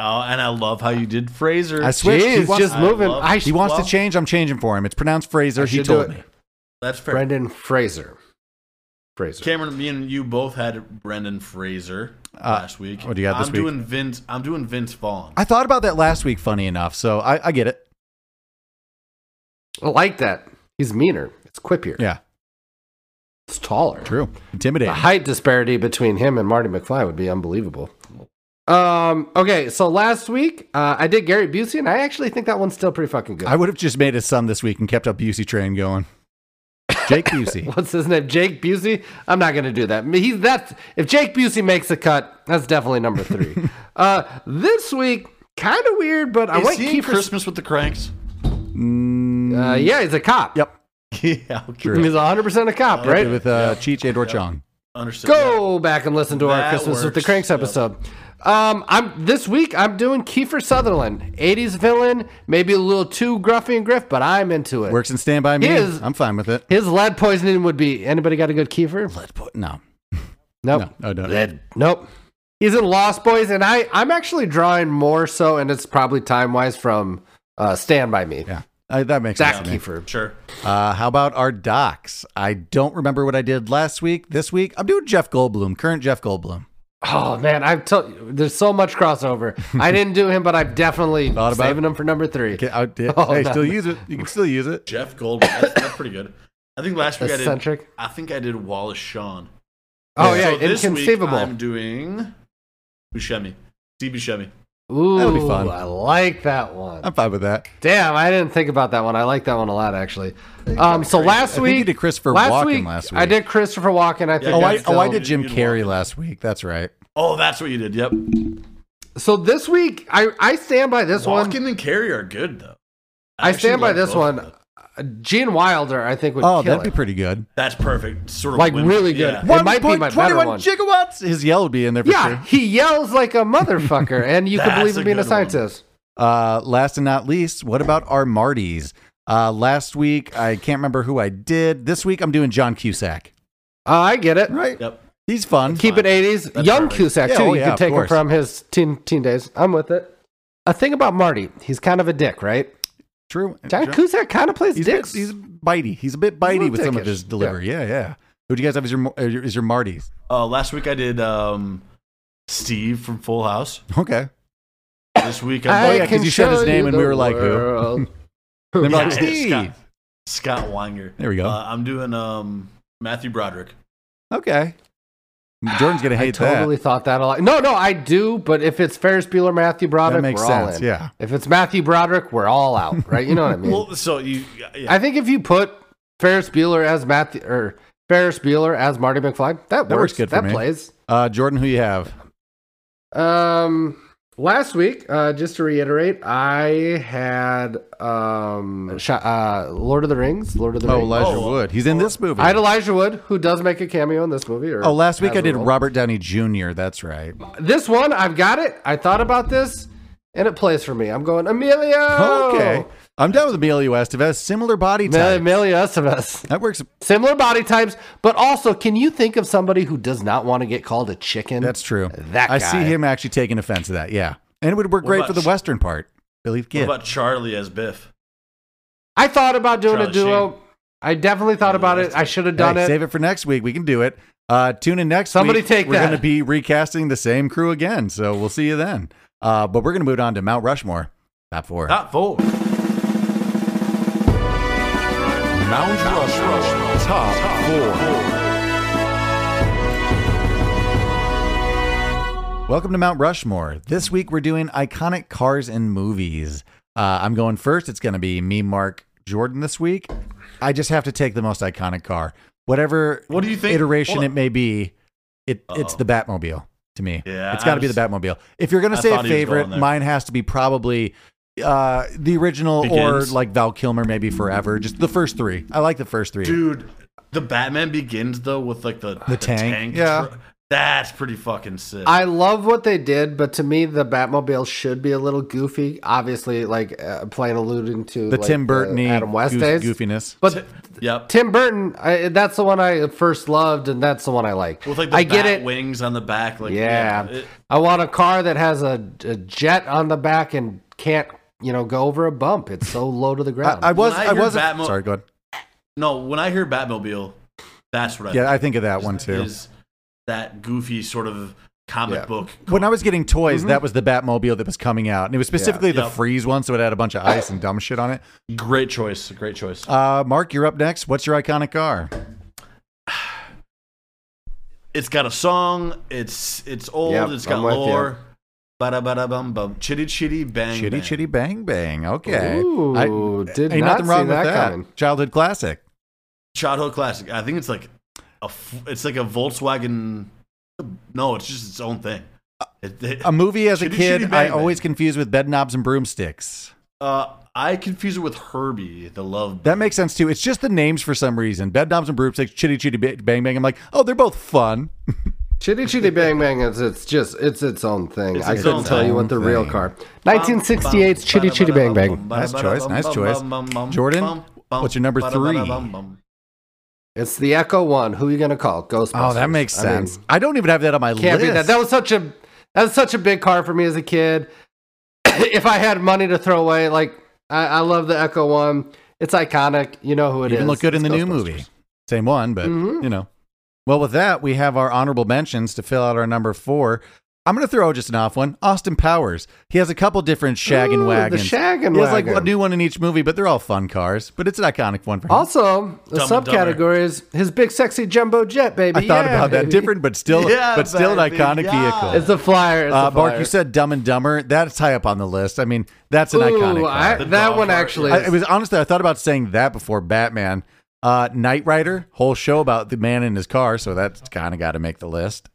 Speaker 4: Oh, and I love how you did Fraser.
Speaker 2: I switched. He
Speaker 3: Jeez,
Speaker 2: wants,
Speaker 3: just
Speaker 4: I
Speaker 3: moving.
Speaker 4: love-
Speaker 3: I
Speaker 2: he wants
Speaker 4: well-
Speaker 2: to change. I'm changing for him. It's pronounced Fraser.
Speaker 3: I
Speaker 2: He
Speaker 3: should do
Speaker 2: told
Speaker 3: it.
Speaker 2: me.
Speaker 4: That's fair.
Speaker 3: Brendan Fraser. Fraser.
Speaker 4: Cameron, me and you both had Brendan Fraser last week.
Speaker 2: Uh, what do you got this
Speaker 4: I'm
Speaker 2: week?
Speaker 4: doing Vince. I'm doing Vince Vaughn.
Speaker 2: I thought about that last week. Funny enough, so I, I get it.
Speaker 3: I like that. He's meaner. It's quippier.
Speaker 2: Yeah,
Speaker 3: It's taller.
Speaker 2: true.
Speaker 3: The
Speaker 2: Intimidating.
Speaker 3: height disparity between him and Marty McFly would be unbelievable. Um. Okay. So last week, uh, I did Gary Busey, and I actually think that one's still pretty fucking good.
Speaker 2: I would have just made a sum this week and kept a Busey train going. Jake Busey.
Speaker 3: What's his name? Jake Busey. I'm not going to do that. He's that's if Jake Busey makes a cut, that's definitely number three. uh, this week, kind of weird, but I
Speaker 4: Is
Speaker 3: went
Speaker 4: he in
Speaker 3: Kiefer.
Speaker 4: Christmas with the Cranks?
Speaker 2: Mm,
Speaker 3: uh, yeah, he's a cop.
Speaker 2: Yep.
Speaker 4: yeah,
Speaker 2: True.
Speaker 3: He's 100 percent a cop, right?
Speaker 2: With uh, Cheech and or Chong.
Speaker 4: Understood.
Speaker 3: Go back and listen to our
Speaker 4: That
Speaker 3: Christmas with the
Speaker 4: works.
Speaker 3: Cranks
Speaker 4: Yep.
Speaker 3: episode. Um, I'm this week. I'm doing Kiefer Sutherland, 80s villain, maybe a little too gruffy and griff, but I'm into it.
Speaker 2: Works in Stand By Me.
Speaker 3: He is-
Speaker 2: I'm fine with it.
Speaker 3: His lead poisoning would be. Anybody got a good Kiefer?
Speaker 2: Let's put no.
Speaker 3: Nope.
Speaker 2: No, I don't.
Speaker 3: Nope. He's in Lost Boys, and I I'm actually drawing more so, and it's probably time wise from uh, Stand by Me.
Speaker 2: Yeah, I, that makes
Speaker 3: Zach
Speaker 2: sense. to me.
Speaker 3: Kiefer.
Speaker 4: Sure.
Speaker 2: Uh, how about our docs? I don't remember what I did last week. This week, I'm doing Jeff Goldblum, current Jeff Goldblum.
Speaker 3: Oh man, I've told you, there's so much crossover. I didn't do him, but I'm definitely
Speaker 2: Thought about
Speaker 3: saving him for number three.
Speaker 2: Okay, I did-
Speaker 3: Oh,
Speaker 2: hey,
Speaker 3: no.
Speaker 2: still use it. You can still use it.
Speaker 4: Jeff Goldblum. That's, that's pretty good. I think last week I did.
Speaker 3: Eccentric.
Speaker 4: I think I did Wallace Shawn.
Speaker 3: Oh yeah,
Speaker 4: So this
Speaker 3: inconceivable.
Speaker 4: Week I'm doing Buscemi. Steve Buscemi.
Speaker 3: Ooh,
Speaker 2: That'll be fun.
Speaker 3: I like that one.
Speaker 2: I'm fine with that.
Speaker 3: Damn, I didn't think about that one. I like that one a lot actually. Um, so last
Speaker 2: I think
Speaker 3: week
Speaker 2: you did Christopher Walken last week.
Speaker 3: I did Christopher Walken. I think.
Speaker 2: Oh, I,
Speaker 3: that's
Speaker 2: oh, I
Speaker 3: still-
Speaker 2: did Jim
Speaker 4: You'd
Speaker 2: Carrey
Speaker 4: walk.
Speaker 2: last week. That's right.
Speaker 4: Oh, that's what you did. Yep.
Speaker 3: So this week, I I stand by this one.
Speaker 4: Walken and Carey are good though.
Speaker 3: I
Speaker 4: actually
Speaker 3: stand by
Speaker 4: like
Speaker 3: this
Speaker 4: both of
Speaker 3: one.
Speaker 4: them.
Speaker 3: Uh, Gene Wilder, I think would
Speaker 2: Oh,
Speaker 3: kill
Speaker 2: that'd be
Speaker 3: it.
Speaker 2: pretty good.
Speaker 4: That's perfect. Sort of
Speaker 3: Like,
Speaker 4: women-
Speaker 3: really good.
Speaker 4: yeah.
Speaker 3: It might be my better
Speaker 2: 1.21
Speaker 3: one.
Speaker 2: gigawatts. His yell would be in there for
Speaker 3: yeah,
Speaker 2: sure.
Speaker 3: he yells like a motherfucker, and you can
Speaker 4: That's
Speaker 3: believe him
Speaker 4: a
Speaker 3: being a
Speaker 4: good one.
Speaker 3: scientist.
Speaker 2: Uh, last and not least, what about our Martys? Uh, last week, I can't remember who I did. This week, I'm doing John Cusack.
Speaker 3: Uh, I get it.
Speaker 2: Right.
Speaker 4: Yep.
Speaker 2: He's fun.
Speaker 3: Keep it eighties.
Speaker 4: That's
Speaker 3: Young
Speaker 4: perfect.
Speaker 3: Cusack
Speaker 2: Yeah,
Speaker 3: too.
Speaker 2: oh,
Speaker 3: you
Speaker 2: yeah,
Speaker 3: can
Speaker 2: of
Speaker 3: take him
Speaker 2: course.
Speaker 3: from his teen teen days. I'm with it. A thing about Marty, he's kind of a dick, right?
Speaker 2: True.
Speaker 3: John Cusack kind of plays
Speaker 2: he's a bit,
Speaker 3: dicks.
Speaker 2: he's a bitey. He's a bit bitey
Speaker 3: little
Speaker 2: with some of
Speaker 3: dickish.
Speaker 2: his
Speaker 3: Yeah.
Speaker 2: delivery. Yeah, yeah. Who do you guys have as your Mar- uh, your- is your Marty's?
Speaker 4: Uh, last week I did um, Steve from Full House.
Speaker 2: Okay,
Speaker 4: This week I'm
Speaker 2: I- yeah, 'cause you said his name and we were like, who?
Speaker 3: who?
Speaker 2: They're like,
Speaker 4: Yeah,
Speaker 2: Steve.
Speaker 4: Scott, Scott Wanger.
Speaker 2: There we go.
Speaker 4: Uh, I'm doing um, Matthew Broderick.
Speaker 2: okay. Jordan's gonna hate
Speaker 3: totally thought that a lot. No, no, I do. But if it's Ferris Bueller, Matthew Broderick,
Speaker 2: makes
Speaker 3: we're all
Speaker 2: sense,
Speaker 3: in.
Speaker 2: yeah.
Speaker 3: If it's Matthew Broderick, we're all out, right? You know what I mean?
Speaker 4: Well, so you, yeah,
Speaker 3: I think if you put Ferris Bueller as Matthew or Ferris Bueller as Marty McFly, that,
Speaker 2: That works good for
Speaker 3: That
Speaker 2: me.
Speaker 3: plays.
Speaker 2: that. Uh, Jordan, who you have?
Speaker 3: Um, last week, uh, just to reiterate, I had um, Sh- uh, Lord of the Rings. Lord of the
Speaker 2: Oh,
Speaker 3: Rings.
Speaker 2: Elijah
Speaker 4: Oh,
Speaker 2: Wood. He's in this movie.
Speaker 3: I had Elijah Wood, who does make a cameo in this movie. Or
Speaker 2: oh, last week
Speaker 3: has
Speaker 2: I
Speaker 3: a
Speaker 2: did
Speaker 3: role.
Speaker 2: Robert Downey Jr. That's right.
Speaker 3: This one, I've got it. I thought about this, and it plays for me. I'm going Emilio.
Speaker 2: Okay, I'm done with Emilio Estevez. Similar body
Speaker 3: Oh. Emilio,
Speaker 2: type.
Speaker 3: Emilio Estevez.
Speaker 2: that works.
Speaker 3: Similar body types, but also, can you think of somebody who does not want to get called a chicken?
Speaker 2: That's true.
Speaker 3: That
Speaker 2: I see
Speaker 3: guy.
Speaker 2: him actually taking offense to that. Yeah, and it would work great
Speaker 4: about
Speaker 2: for the
Speaker 4: Sh-
Speaker 2: western part. Billy
Speaker 4: what
Speaker 2: Gibb.
Speaker 4: about Charlie as Biff?
Speaker 3: I thought about doing a
Speaker 4: Charlie
Speaker 3: duo. I definitely thought about it. I should have done
Speaker 2: Hey,
Speaker 3: it.
Speaker 2: Save it for next week. We can do it. Uh, tune in next
Speaker 3: Somebody
Speaker 2: week.
Speaker 3: take
Speaker 2: We're
Speaker 3: that.
Speaker 2: going to be recasting the same crew again, so we'll see you then. Uh, but we're going to move on to Mount Rushmore. Top four.
Speaker 4: Top four.
Speaker 1: Mount Rushmore. Top four.
Speaker 2: Welcome to Mount Rushmore. This week we're doing iconic cars and movies. Uh, I'm going first. It's going to be me, Mark, Jordan this week. I just have to take the most iconic car, whatever
Speaker 4: What do you think?
Speaker 2: iteration
Speaker 4: Hold
Speaker 2: it
Speaker 4: on.
Speaker 2: may be. It it's
Speaker 4: Uh-oh.
Speaker 2: the Batmobile to me.
Speaker 4: Yeah,
Speaker 2: it's got
Speaker 4: I
Speaker 2: to be
Speaker 4: was-
Speaker 2: the Batmobile. If you're gonna
Speaker 4: I
Speaker 2: say a
Speaker 4: thought he was
Speaker 2: favorite,
Speaker 4: going there.
Speaker 2: mine has to be probably uh, the original
Speaker 4: Begins.
Speaker 2: or like Val Kilmer, maybe forever. Just the first three. I like the first three.
Speaker 4: Dude, the Batman begins though with like the, the,
Speaker 2: tank.
Speaker 4: yeah.
Speaker 2: Yeah.
Speaker 4: That's pretty fucking sick.
Speaker 3: I love what they did, but to me, the Batmobile should be a little goofy. Obviously, like uh, playing alluding to
Speaker 2: the
Speaker 3: like, uh,
Speaker 2: Tim Burton
Speaker 3: Adam West days.
Speaker 2: goofiness.
Speaker 3: But
Speaker 4: yep.
Speaker 3: Tim Burton, I, that's the one I first loved, and that's the one I like.
Speaker 4: with like the
Speaker 3: I get
Speaker 4: bat
Speaker 3: it.
Speaker 4: wings on the back, like
Speaker 3: yeah,
Speaker 4: it-
Speaker 3: I want a car that has a, a jet on the back and can't, you know, go over a bump. It's so low to the ground.
Speaker 2: I, I was.
Speaker 4: When I
Speaker 2: I,
Speaker 4: hear
Speaker 2: wasn't.
Speaker 4: Batmo-
Speaker 2: sorry, go ahead.
Speaker 4: no, when I hear Batmobile, that's what I
Speaker 2: Yeah, I think of that one
Speaker 4: is-
Speaker 2: too.
Speaker 4: Is that goofy sort of comic
Speaker 3: Yeah.
Speaker 4: book?
Speaker 2: When I was getting toys, that was the Batmobile that was coming out, and it was specifically the
Speaker 4: Yep.
Speaker 2: freeze one, so it had a bunch of ice and dumb shit on it.
Speaker 4: Great choice. Great choice.
Speaker 2: Uh, Mark, you're up next. What's your iconic car?
Speaker 4: it's got a song. It's it's old.
Speaker 3: Yep,
Speaker 4: it's got
Speaker 3: I'm with you.
Speaker 4: lore. Bada bada bum bum. Chitty chitty bang.
Speaker 2: Chitty
Speaker 4: bang.
Speaker 2: chitty bang bang. Okay,
Speaker 3: Ooh,
Speaker 2: I-
Speaker 3: did
Speaker 2: ain't
Speaker 3: not
Speaker 2: nothing wrong
Speaker 3: see
Speaker 2: with
Speaker 3: that
Speaker 2: that.
Speaker 3: coming.
Speaker 2: Childhood classic.
Speaker 4: Childhood classic. I think it's like a f- it's like a Volkswagen. No, it's just its own thing. It- it-
Speaker 2: A movie as a
Speaker 4: Chitty
Speaker 2: kid,
Speaker 4: Chitty Bang
Speaker 2: I
Speaker 4: Bang.
Speaker 2: always confused with Bed Knobs and Broomsticks.
Speaker 4: uh, I confuse it with Herbie, the love.
Speaker 2: That makes sense too. It's just the names for some reason. Bed Knobs and Broomsticks, Chitty Chitty Ba- Bang Bang. I'm like, oh, they're both fun.
Speaker 3: Chitty Chitty Bang Bang is it's just it's its own thing.
Speaker 4: It's
Speaker 3: I
Speaker 4: its
Speaker 3: couldn't
Speaker 4: own
Speaker 3: tell you what the real
Speaker 2: thing.
Speaker 3: car. 1968's Chitty Chitty Bang Bang.
Speaker 2: Nice choice, nice choice. Jordan, what's your number three?
Speaker 3: It's the Echo One. Who are you gonna call? Ghostbusters.
Speaker 2: Oh, that makes
Speaker 3: I mean,
Speaker 2: sense. I, don't even have that on my
Speaker 3: can't
Speaker 2: list.
Speaker 3: be that. That was such a that was such a big car for me as a kid. if I had money to throw away, like I, I love the Echo One. It's iconic. You know who it is.
Speaker 2: even look good in the
Speaker 3: It's
Speaker 2: new
Speaker 3: Ghostbusters. Mm-hmm.
Speaker 2: movie. Same one, but you know. Well, with that, we have our honorable mentions to fill out our number four. I'm going to throw just an off one. Austin Powers. He has a couple different shaggin'
Speaker 3: Ooh, the
Speaker 2: wagons.
Speaker 3: shaggin'
Speaker 2: He has like a
Speaker 3: wagon.
Speaker 2: new one in each movie, but they're all fun cars. But it's an iconic one for him.
Speaker 3: Also, the
Speaker 4: Dumb and Dumber.
Speaker 3: subcategory is his big sexy jumbo jet, baby.
Speaker 2: I thought
Speaker 3: Yeah,
Speaker 2: about that.
Speaker 3: baby.
Speaker 2: Different, but still,
Speaker 4: Yeah,
Speaker 2: but still
Speaker 4: baby,
Speaker 2: an iconic
Speaker 4: yeah.
Speaker 2: vehicle.
Speaker 3: It's a flyer. It's
Speaker 2: uh,
Speaker 3: a flyer.
Speaker 2: Mark, you said Dumb and Dumber. That's high up on the list. I mean, that's an iconic.
Speaker 3: Ooh,
Speaker 2: Car.
Speaker 3: I-
Speaker 4: The
Speaker 3: that
Speaker 4: dog
Speaker 3: one
Speaker 4: part,
Speaker 3: actually.
Speaker 4: yeah.
Speaker 2: I, it was honestly, I thought about saying that before Batman. Uh, Knight Rider, whole show about the man in his car, so that's kind of got to make the list.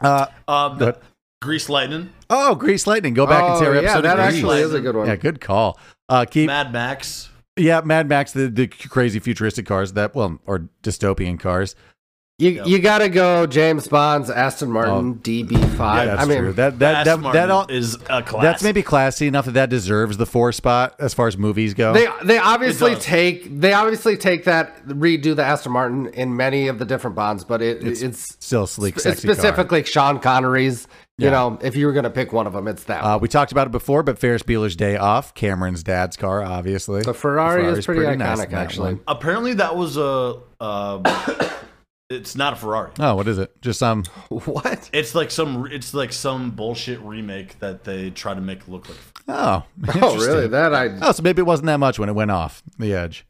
Speaker 2: Uh,
Speaker 4: Um,
Speaker 2: Good.
Speaker 4: Grease Lightning,
Speaker 2: oh, Grease Lightning. Go back and see our
Speaker 3: yeah,
Speaker 2: episode
Speaker 3: that
Speaker 2: of Grease.
Speaker 3: actually is a good one.
Speaker 2: yeah, good call. Uh, keep
Speaker 4: Mad Max.
Speaker 2: yeah, Mad Max, the, the crazy futuristic cars that well, or dystopian cars.
Speaker 3: You
Speaker 4: Yep.
Speaker 3: you gotta go James Bond's Aston Martin DB5.
Speaker 2: Oh. Yeah, that's
Speaker 3: I mean,
Speaker 2: true. That that
Speaker 4: Aston
Speaker 2: that, that
Speaker 4: Martin
Speaker 2: all,
Speaker 4: is a classic.
Speaker 2: that's maybe classy enough that that deserves the four spot as far as movies go.
Speaker 3: they they obviously
Speaker 4: It does.
Speaker 3: take they obviously take that redo the Aston Martin in many of the different Bonds, but it it's it's,
Speaker 2: Still sleek, sexy car.
Speaker 3: specifically Sean Connery's. You
Speaker 2: Yeah.
Speaker 3: know, if you were gonna pick one of them, it's that. one.
Speaker 2: Uh, we talked about it before, but Ferris Bueller's Day Off, Cameron's dad's car, obviously.
Speaker 3: the Ferrari
Speaker 2: Ferrari's
Speaker 3: is pretty,
Speaker 2: pretty nice in
Speaker 3: iconic,
Speaker 2: that
Speaker 3: actually.
Speaker 2: one.
Speaker 4: apparently that was a. Uh, it's not a Ferrari.
Speaker 2: Oh, what is it? Just some.
Speaker 3: What?
Speaker 4: It's like some. It's like some bullshit remake that they try to make look like.
Speaker 2: Oh,
Speaker 3: Oh, really?
Speaker 2: interesting.
Speaker 3: That I
Speaker 2: Oh, so maybe it wasn't that much when it went off the edge.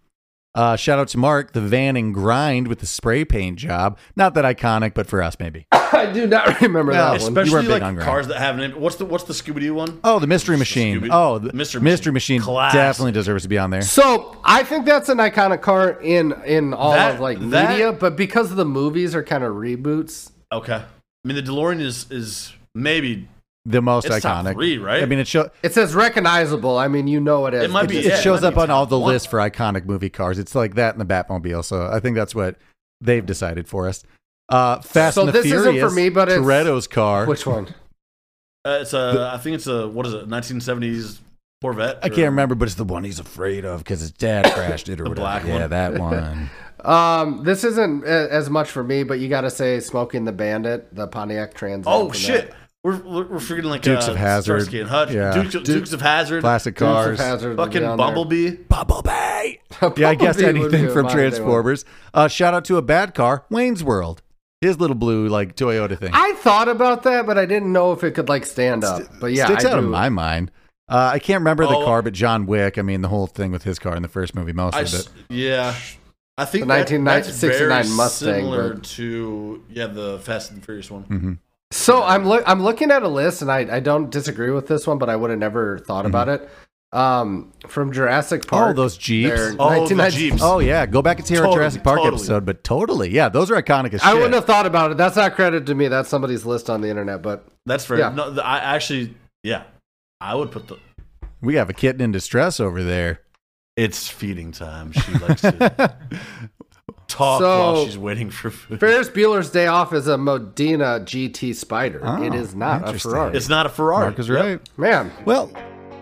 Speaker 2: Uh, shout out to Mark, the van and grind with the spray paint job. Not that iconic, but for us maybe.
Speaker 3: I do not remember
Speaker 2: Well,
Speaker 3: that one.
Speaker 2: You were
Speaker 4: Especially
Speaker 2: big
Speaker 4: like
Speaker 2: on grind.
Speaker 4: cars that have an. What's the What's the Scooby Doo one?
Speaker 2: Oh, the mystery machine.
Speaker 4: Scooby-
Speaker 2: oh, the
Speaker 4: Mystery
Speaker 2: mystery,
Speaker 4: Machine.
Speaker 2: machine
Speaker 4: Classic.
Speaker 2: definitely deserves to be on there.
Speaker 3: So I think that's an iconic car in in all
Speaker 4: That-
Speaker 3: of like
Speaker 4: that-
Speaker 3: media, but because the movies are kind of reboots,
Speaker 4: Okay. I mean, the DeLorean is is maybe
Speaker 2: The most
Speaker 4: It's top
Speaker 2: iconic.
Speaker 4: three, right?
Speaker 2: I mean, it show,
Speaker 3: it says recognizable. I mean, you know it is.
Speaker 4: It might be,
Speaker 3: just-
Speaker 2: it
Speaker 4: yeah.
Speaker 2: shows
Speaker 4: might
Speaker 2: up
Speaker 4: be
Speaker 2: on all
Speaker 4: top
Speaker 2: the
Speaker 4: one.
Speaker 2: lists for iconic movie cars. It's like that and the Batmobile. So I think that's what they've decided for us. Uh, Fast
Speaker 3: So
Speaker 2: and the
Speaker 3: this isn't
Speaker 2: Furious.
Speaker 3: for me, but it's-
Speaker 2: Toretto's car.
Speaker 3: Which one?
Speaker 4: uh, it's a. I think it's a. What is it? 1970s Corvette.
Speaker 2: I can't remember, but it's the one he's afraid of because his dad crashed it or whatever.
Speaker 4: black
Speaker 2: yeah,
Speaker 4: one.
Speaker 2: that one.
Speaker 3: Um, this isn't a- as much for me, but you got to say "Smoking the Bandit," the Pontiac Trans. Am
Speaker 4: Oh
Speaker 3: from
Speaker 4: shit. We're, we're we're freaking like
Speaker 2: Dukes
Speaker 4: uh,
Speaker 2: of Hazzard.
Speaker 4: Starsky and Hutch.
Speaker 2: Yeah.
Speaker 4: Dukes, of-
Speaker 2: Duke-
Speaker 4: Dukes of Hazard.
Speaker 2: Classic
Speaker 3: that. Dukes of
Speaker 2: cars.
Speaker 3: Hazzard would be
Speaker 4: Fucking
Speaker 3: on there.
Speaker 4: Bumblebee.
Speaker 2: Bumblebee. Yeah, I guess
Speaker 3: Bumblebee would be
Speaker 2: anything
Speaker 3: a
Speaker 2: from
Speaker 3: modern day one.
Speaker 2: Transformers. Uh, shout out to a bad car, Wayne's World. His little blue like Toyota thing.
Speaker 3: I thought about that, but I didn't know if it could like stand up. But yeah,
Speaker 2: sticks
Speaker 3: I
Speaker 2: out
Speaker 3: do.
Speaker 2: in my mind. Uh, I can't remember the
Speaker 4: Oh.
Speaker 2: car, but John Wick. I mean, the whole thing with his car in the first movie, most
Speaker 4: I
Speaker 2: of
Speaker 4: s-
Speaker 2: it.
Speaker 4: yeah. I think
Speaker 3: The
Speaker 4: that- that's
Speaker 3: 1969
Speaker 4: very
Speaker 3: Mustang,
Speaker 4: similar
Speaker 3: but-
Speaker 4: to yeah the Fast and Furious one.
Speaker 2: Mm-hmm.
Speaker 3: So I'm look I'm looking at a list, and I I don't disagree with this one, but I would have never thought about it. Um, from Jurassic Park.
Speaker 2: Mm-hmm. Oh, those Jeeps.
Speaker 3: their
Speaker 4: Oh, the
Speaker 3: 1990
Speaker 4: Jeeps.
Speaker 2: Oh yeah, go back and see our
Speaker 4: Totally,
Speaker 2: Jurassic Park
Speaker 4: totally.
Speaker 2: episode, but totally, yeah, those are iconic as shit.
Speaker 3: I wouldn't have thought about it. That's not credit to me. That's somebody's list on the internet. But
Speaker 4: That's fair.
Speaker 3: Yeah.
Speaker 4: No, the, I actually yeah, I would put the.
Speaker 2: We have a kitten in distress over there.
Speaker 4: It's feeding time. She likes to talk while
Speaker 3: So-
Speaker 4: she's waiting for food.
Speaker 3: Ferris Bueller's Day Off is a Modena GT Spider.
Speaker 2: Oh,
Speaker 3: it is not a
Speaker 2: interesting.
Speaker 3: Ferrari.
Speaker 4: It's not a Ferrari.
Speaker 2: Mark is
Speaker 4: Yep.
Speaker 2: right.
Speaker 3: Man,
Speaker 2: Well,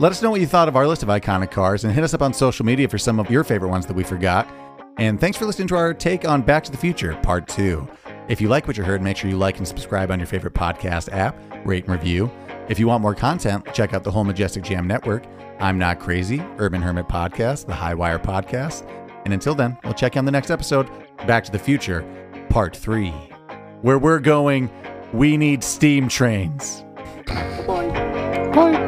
Speaker 2: let us know what you thought of our list of iconic cars and hit us up on social media for some of your favorite ones that we forgot. And thanks for listening to our take on Back to the Future Part 2. If you like what you heard, make sure you like and subscribe on your favorite podcast app, rate and review. If you want more content, check out the whole Majestic Jam Network, I'm Not Crazy, Urban Hermit Podcast, the High Wire Podcast. And until then, we'll check you on the next episode, Back to the Future Part 3, where we're going, we need steam trains.
Speaker 3: Bye.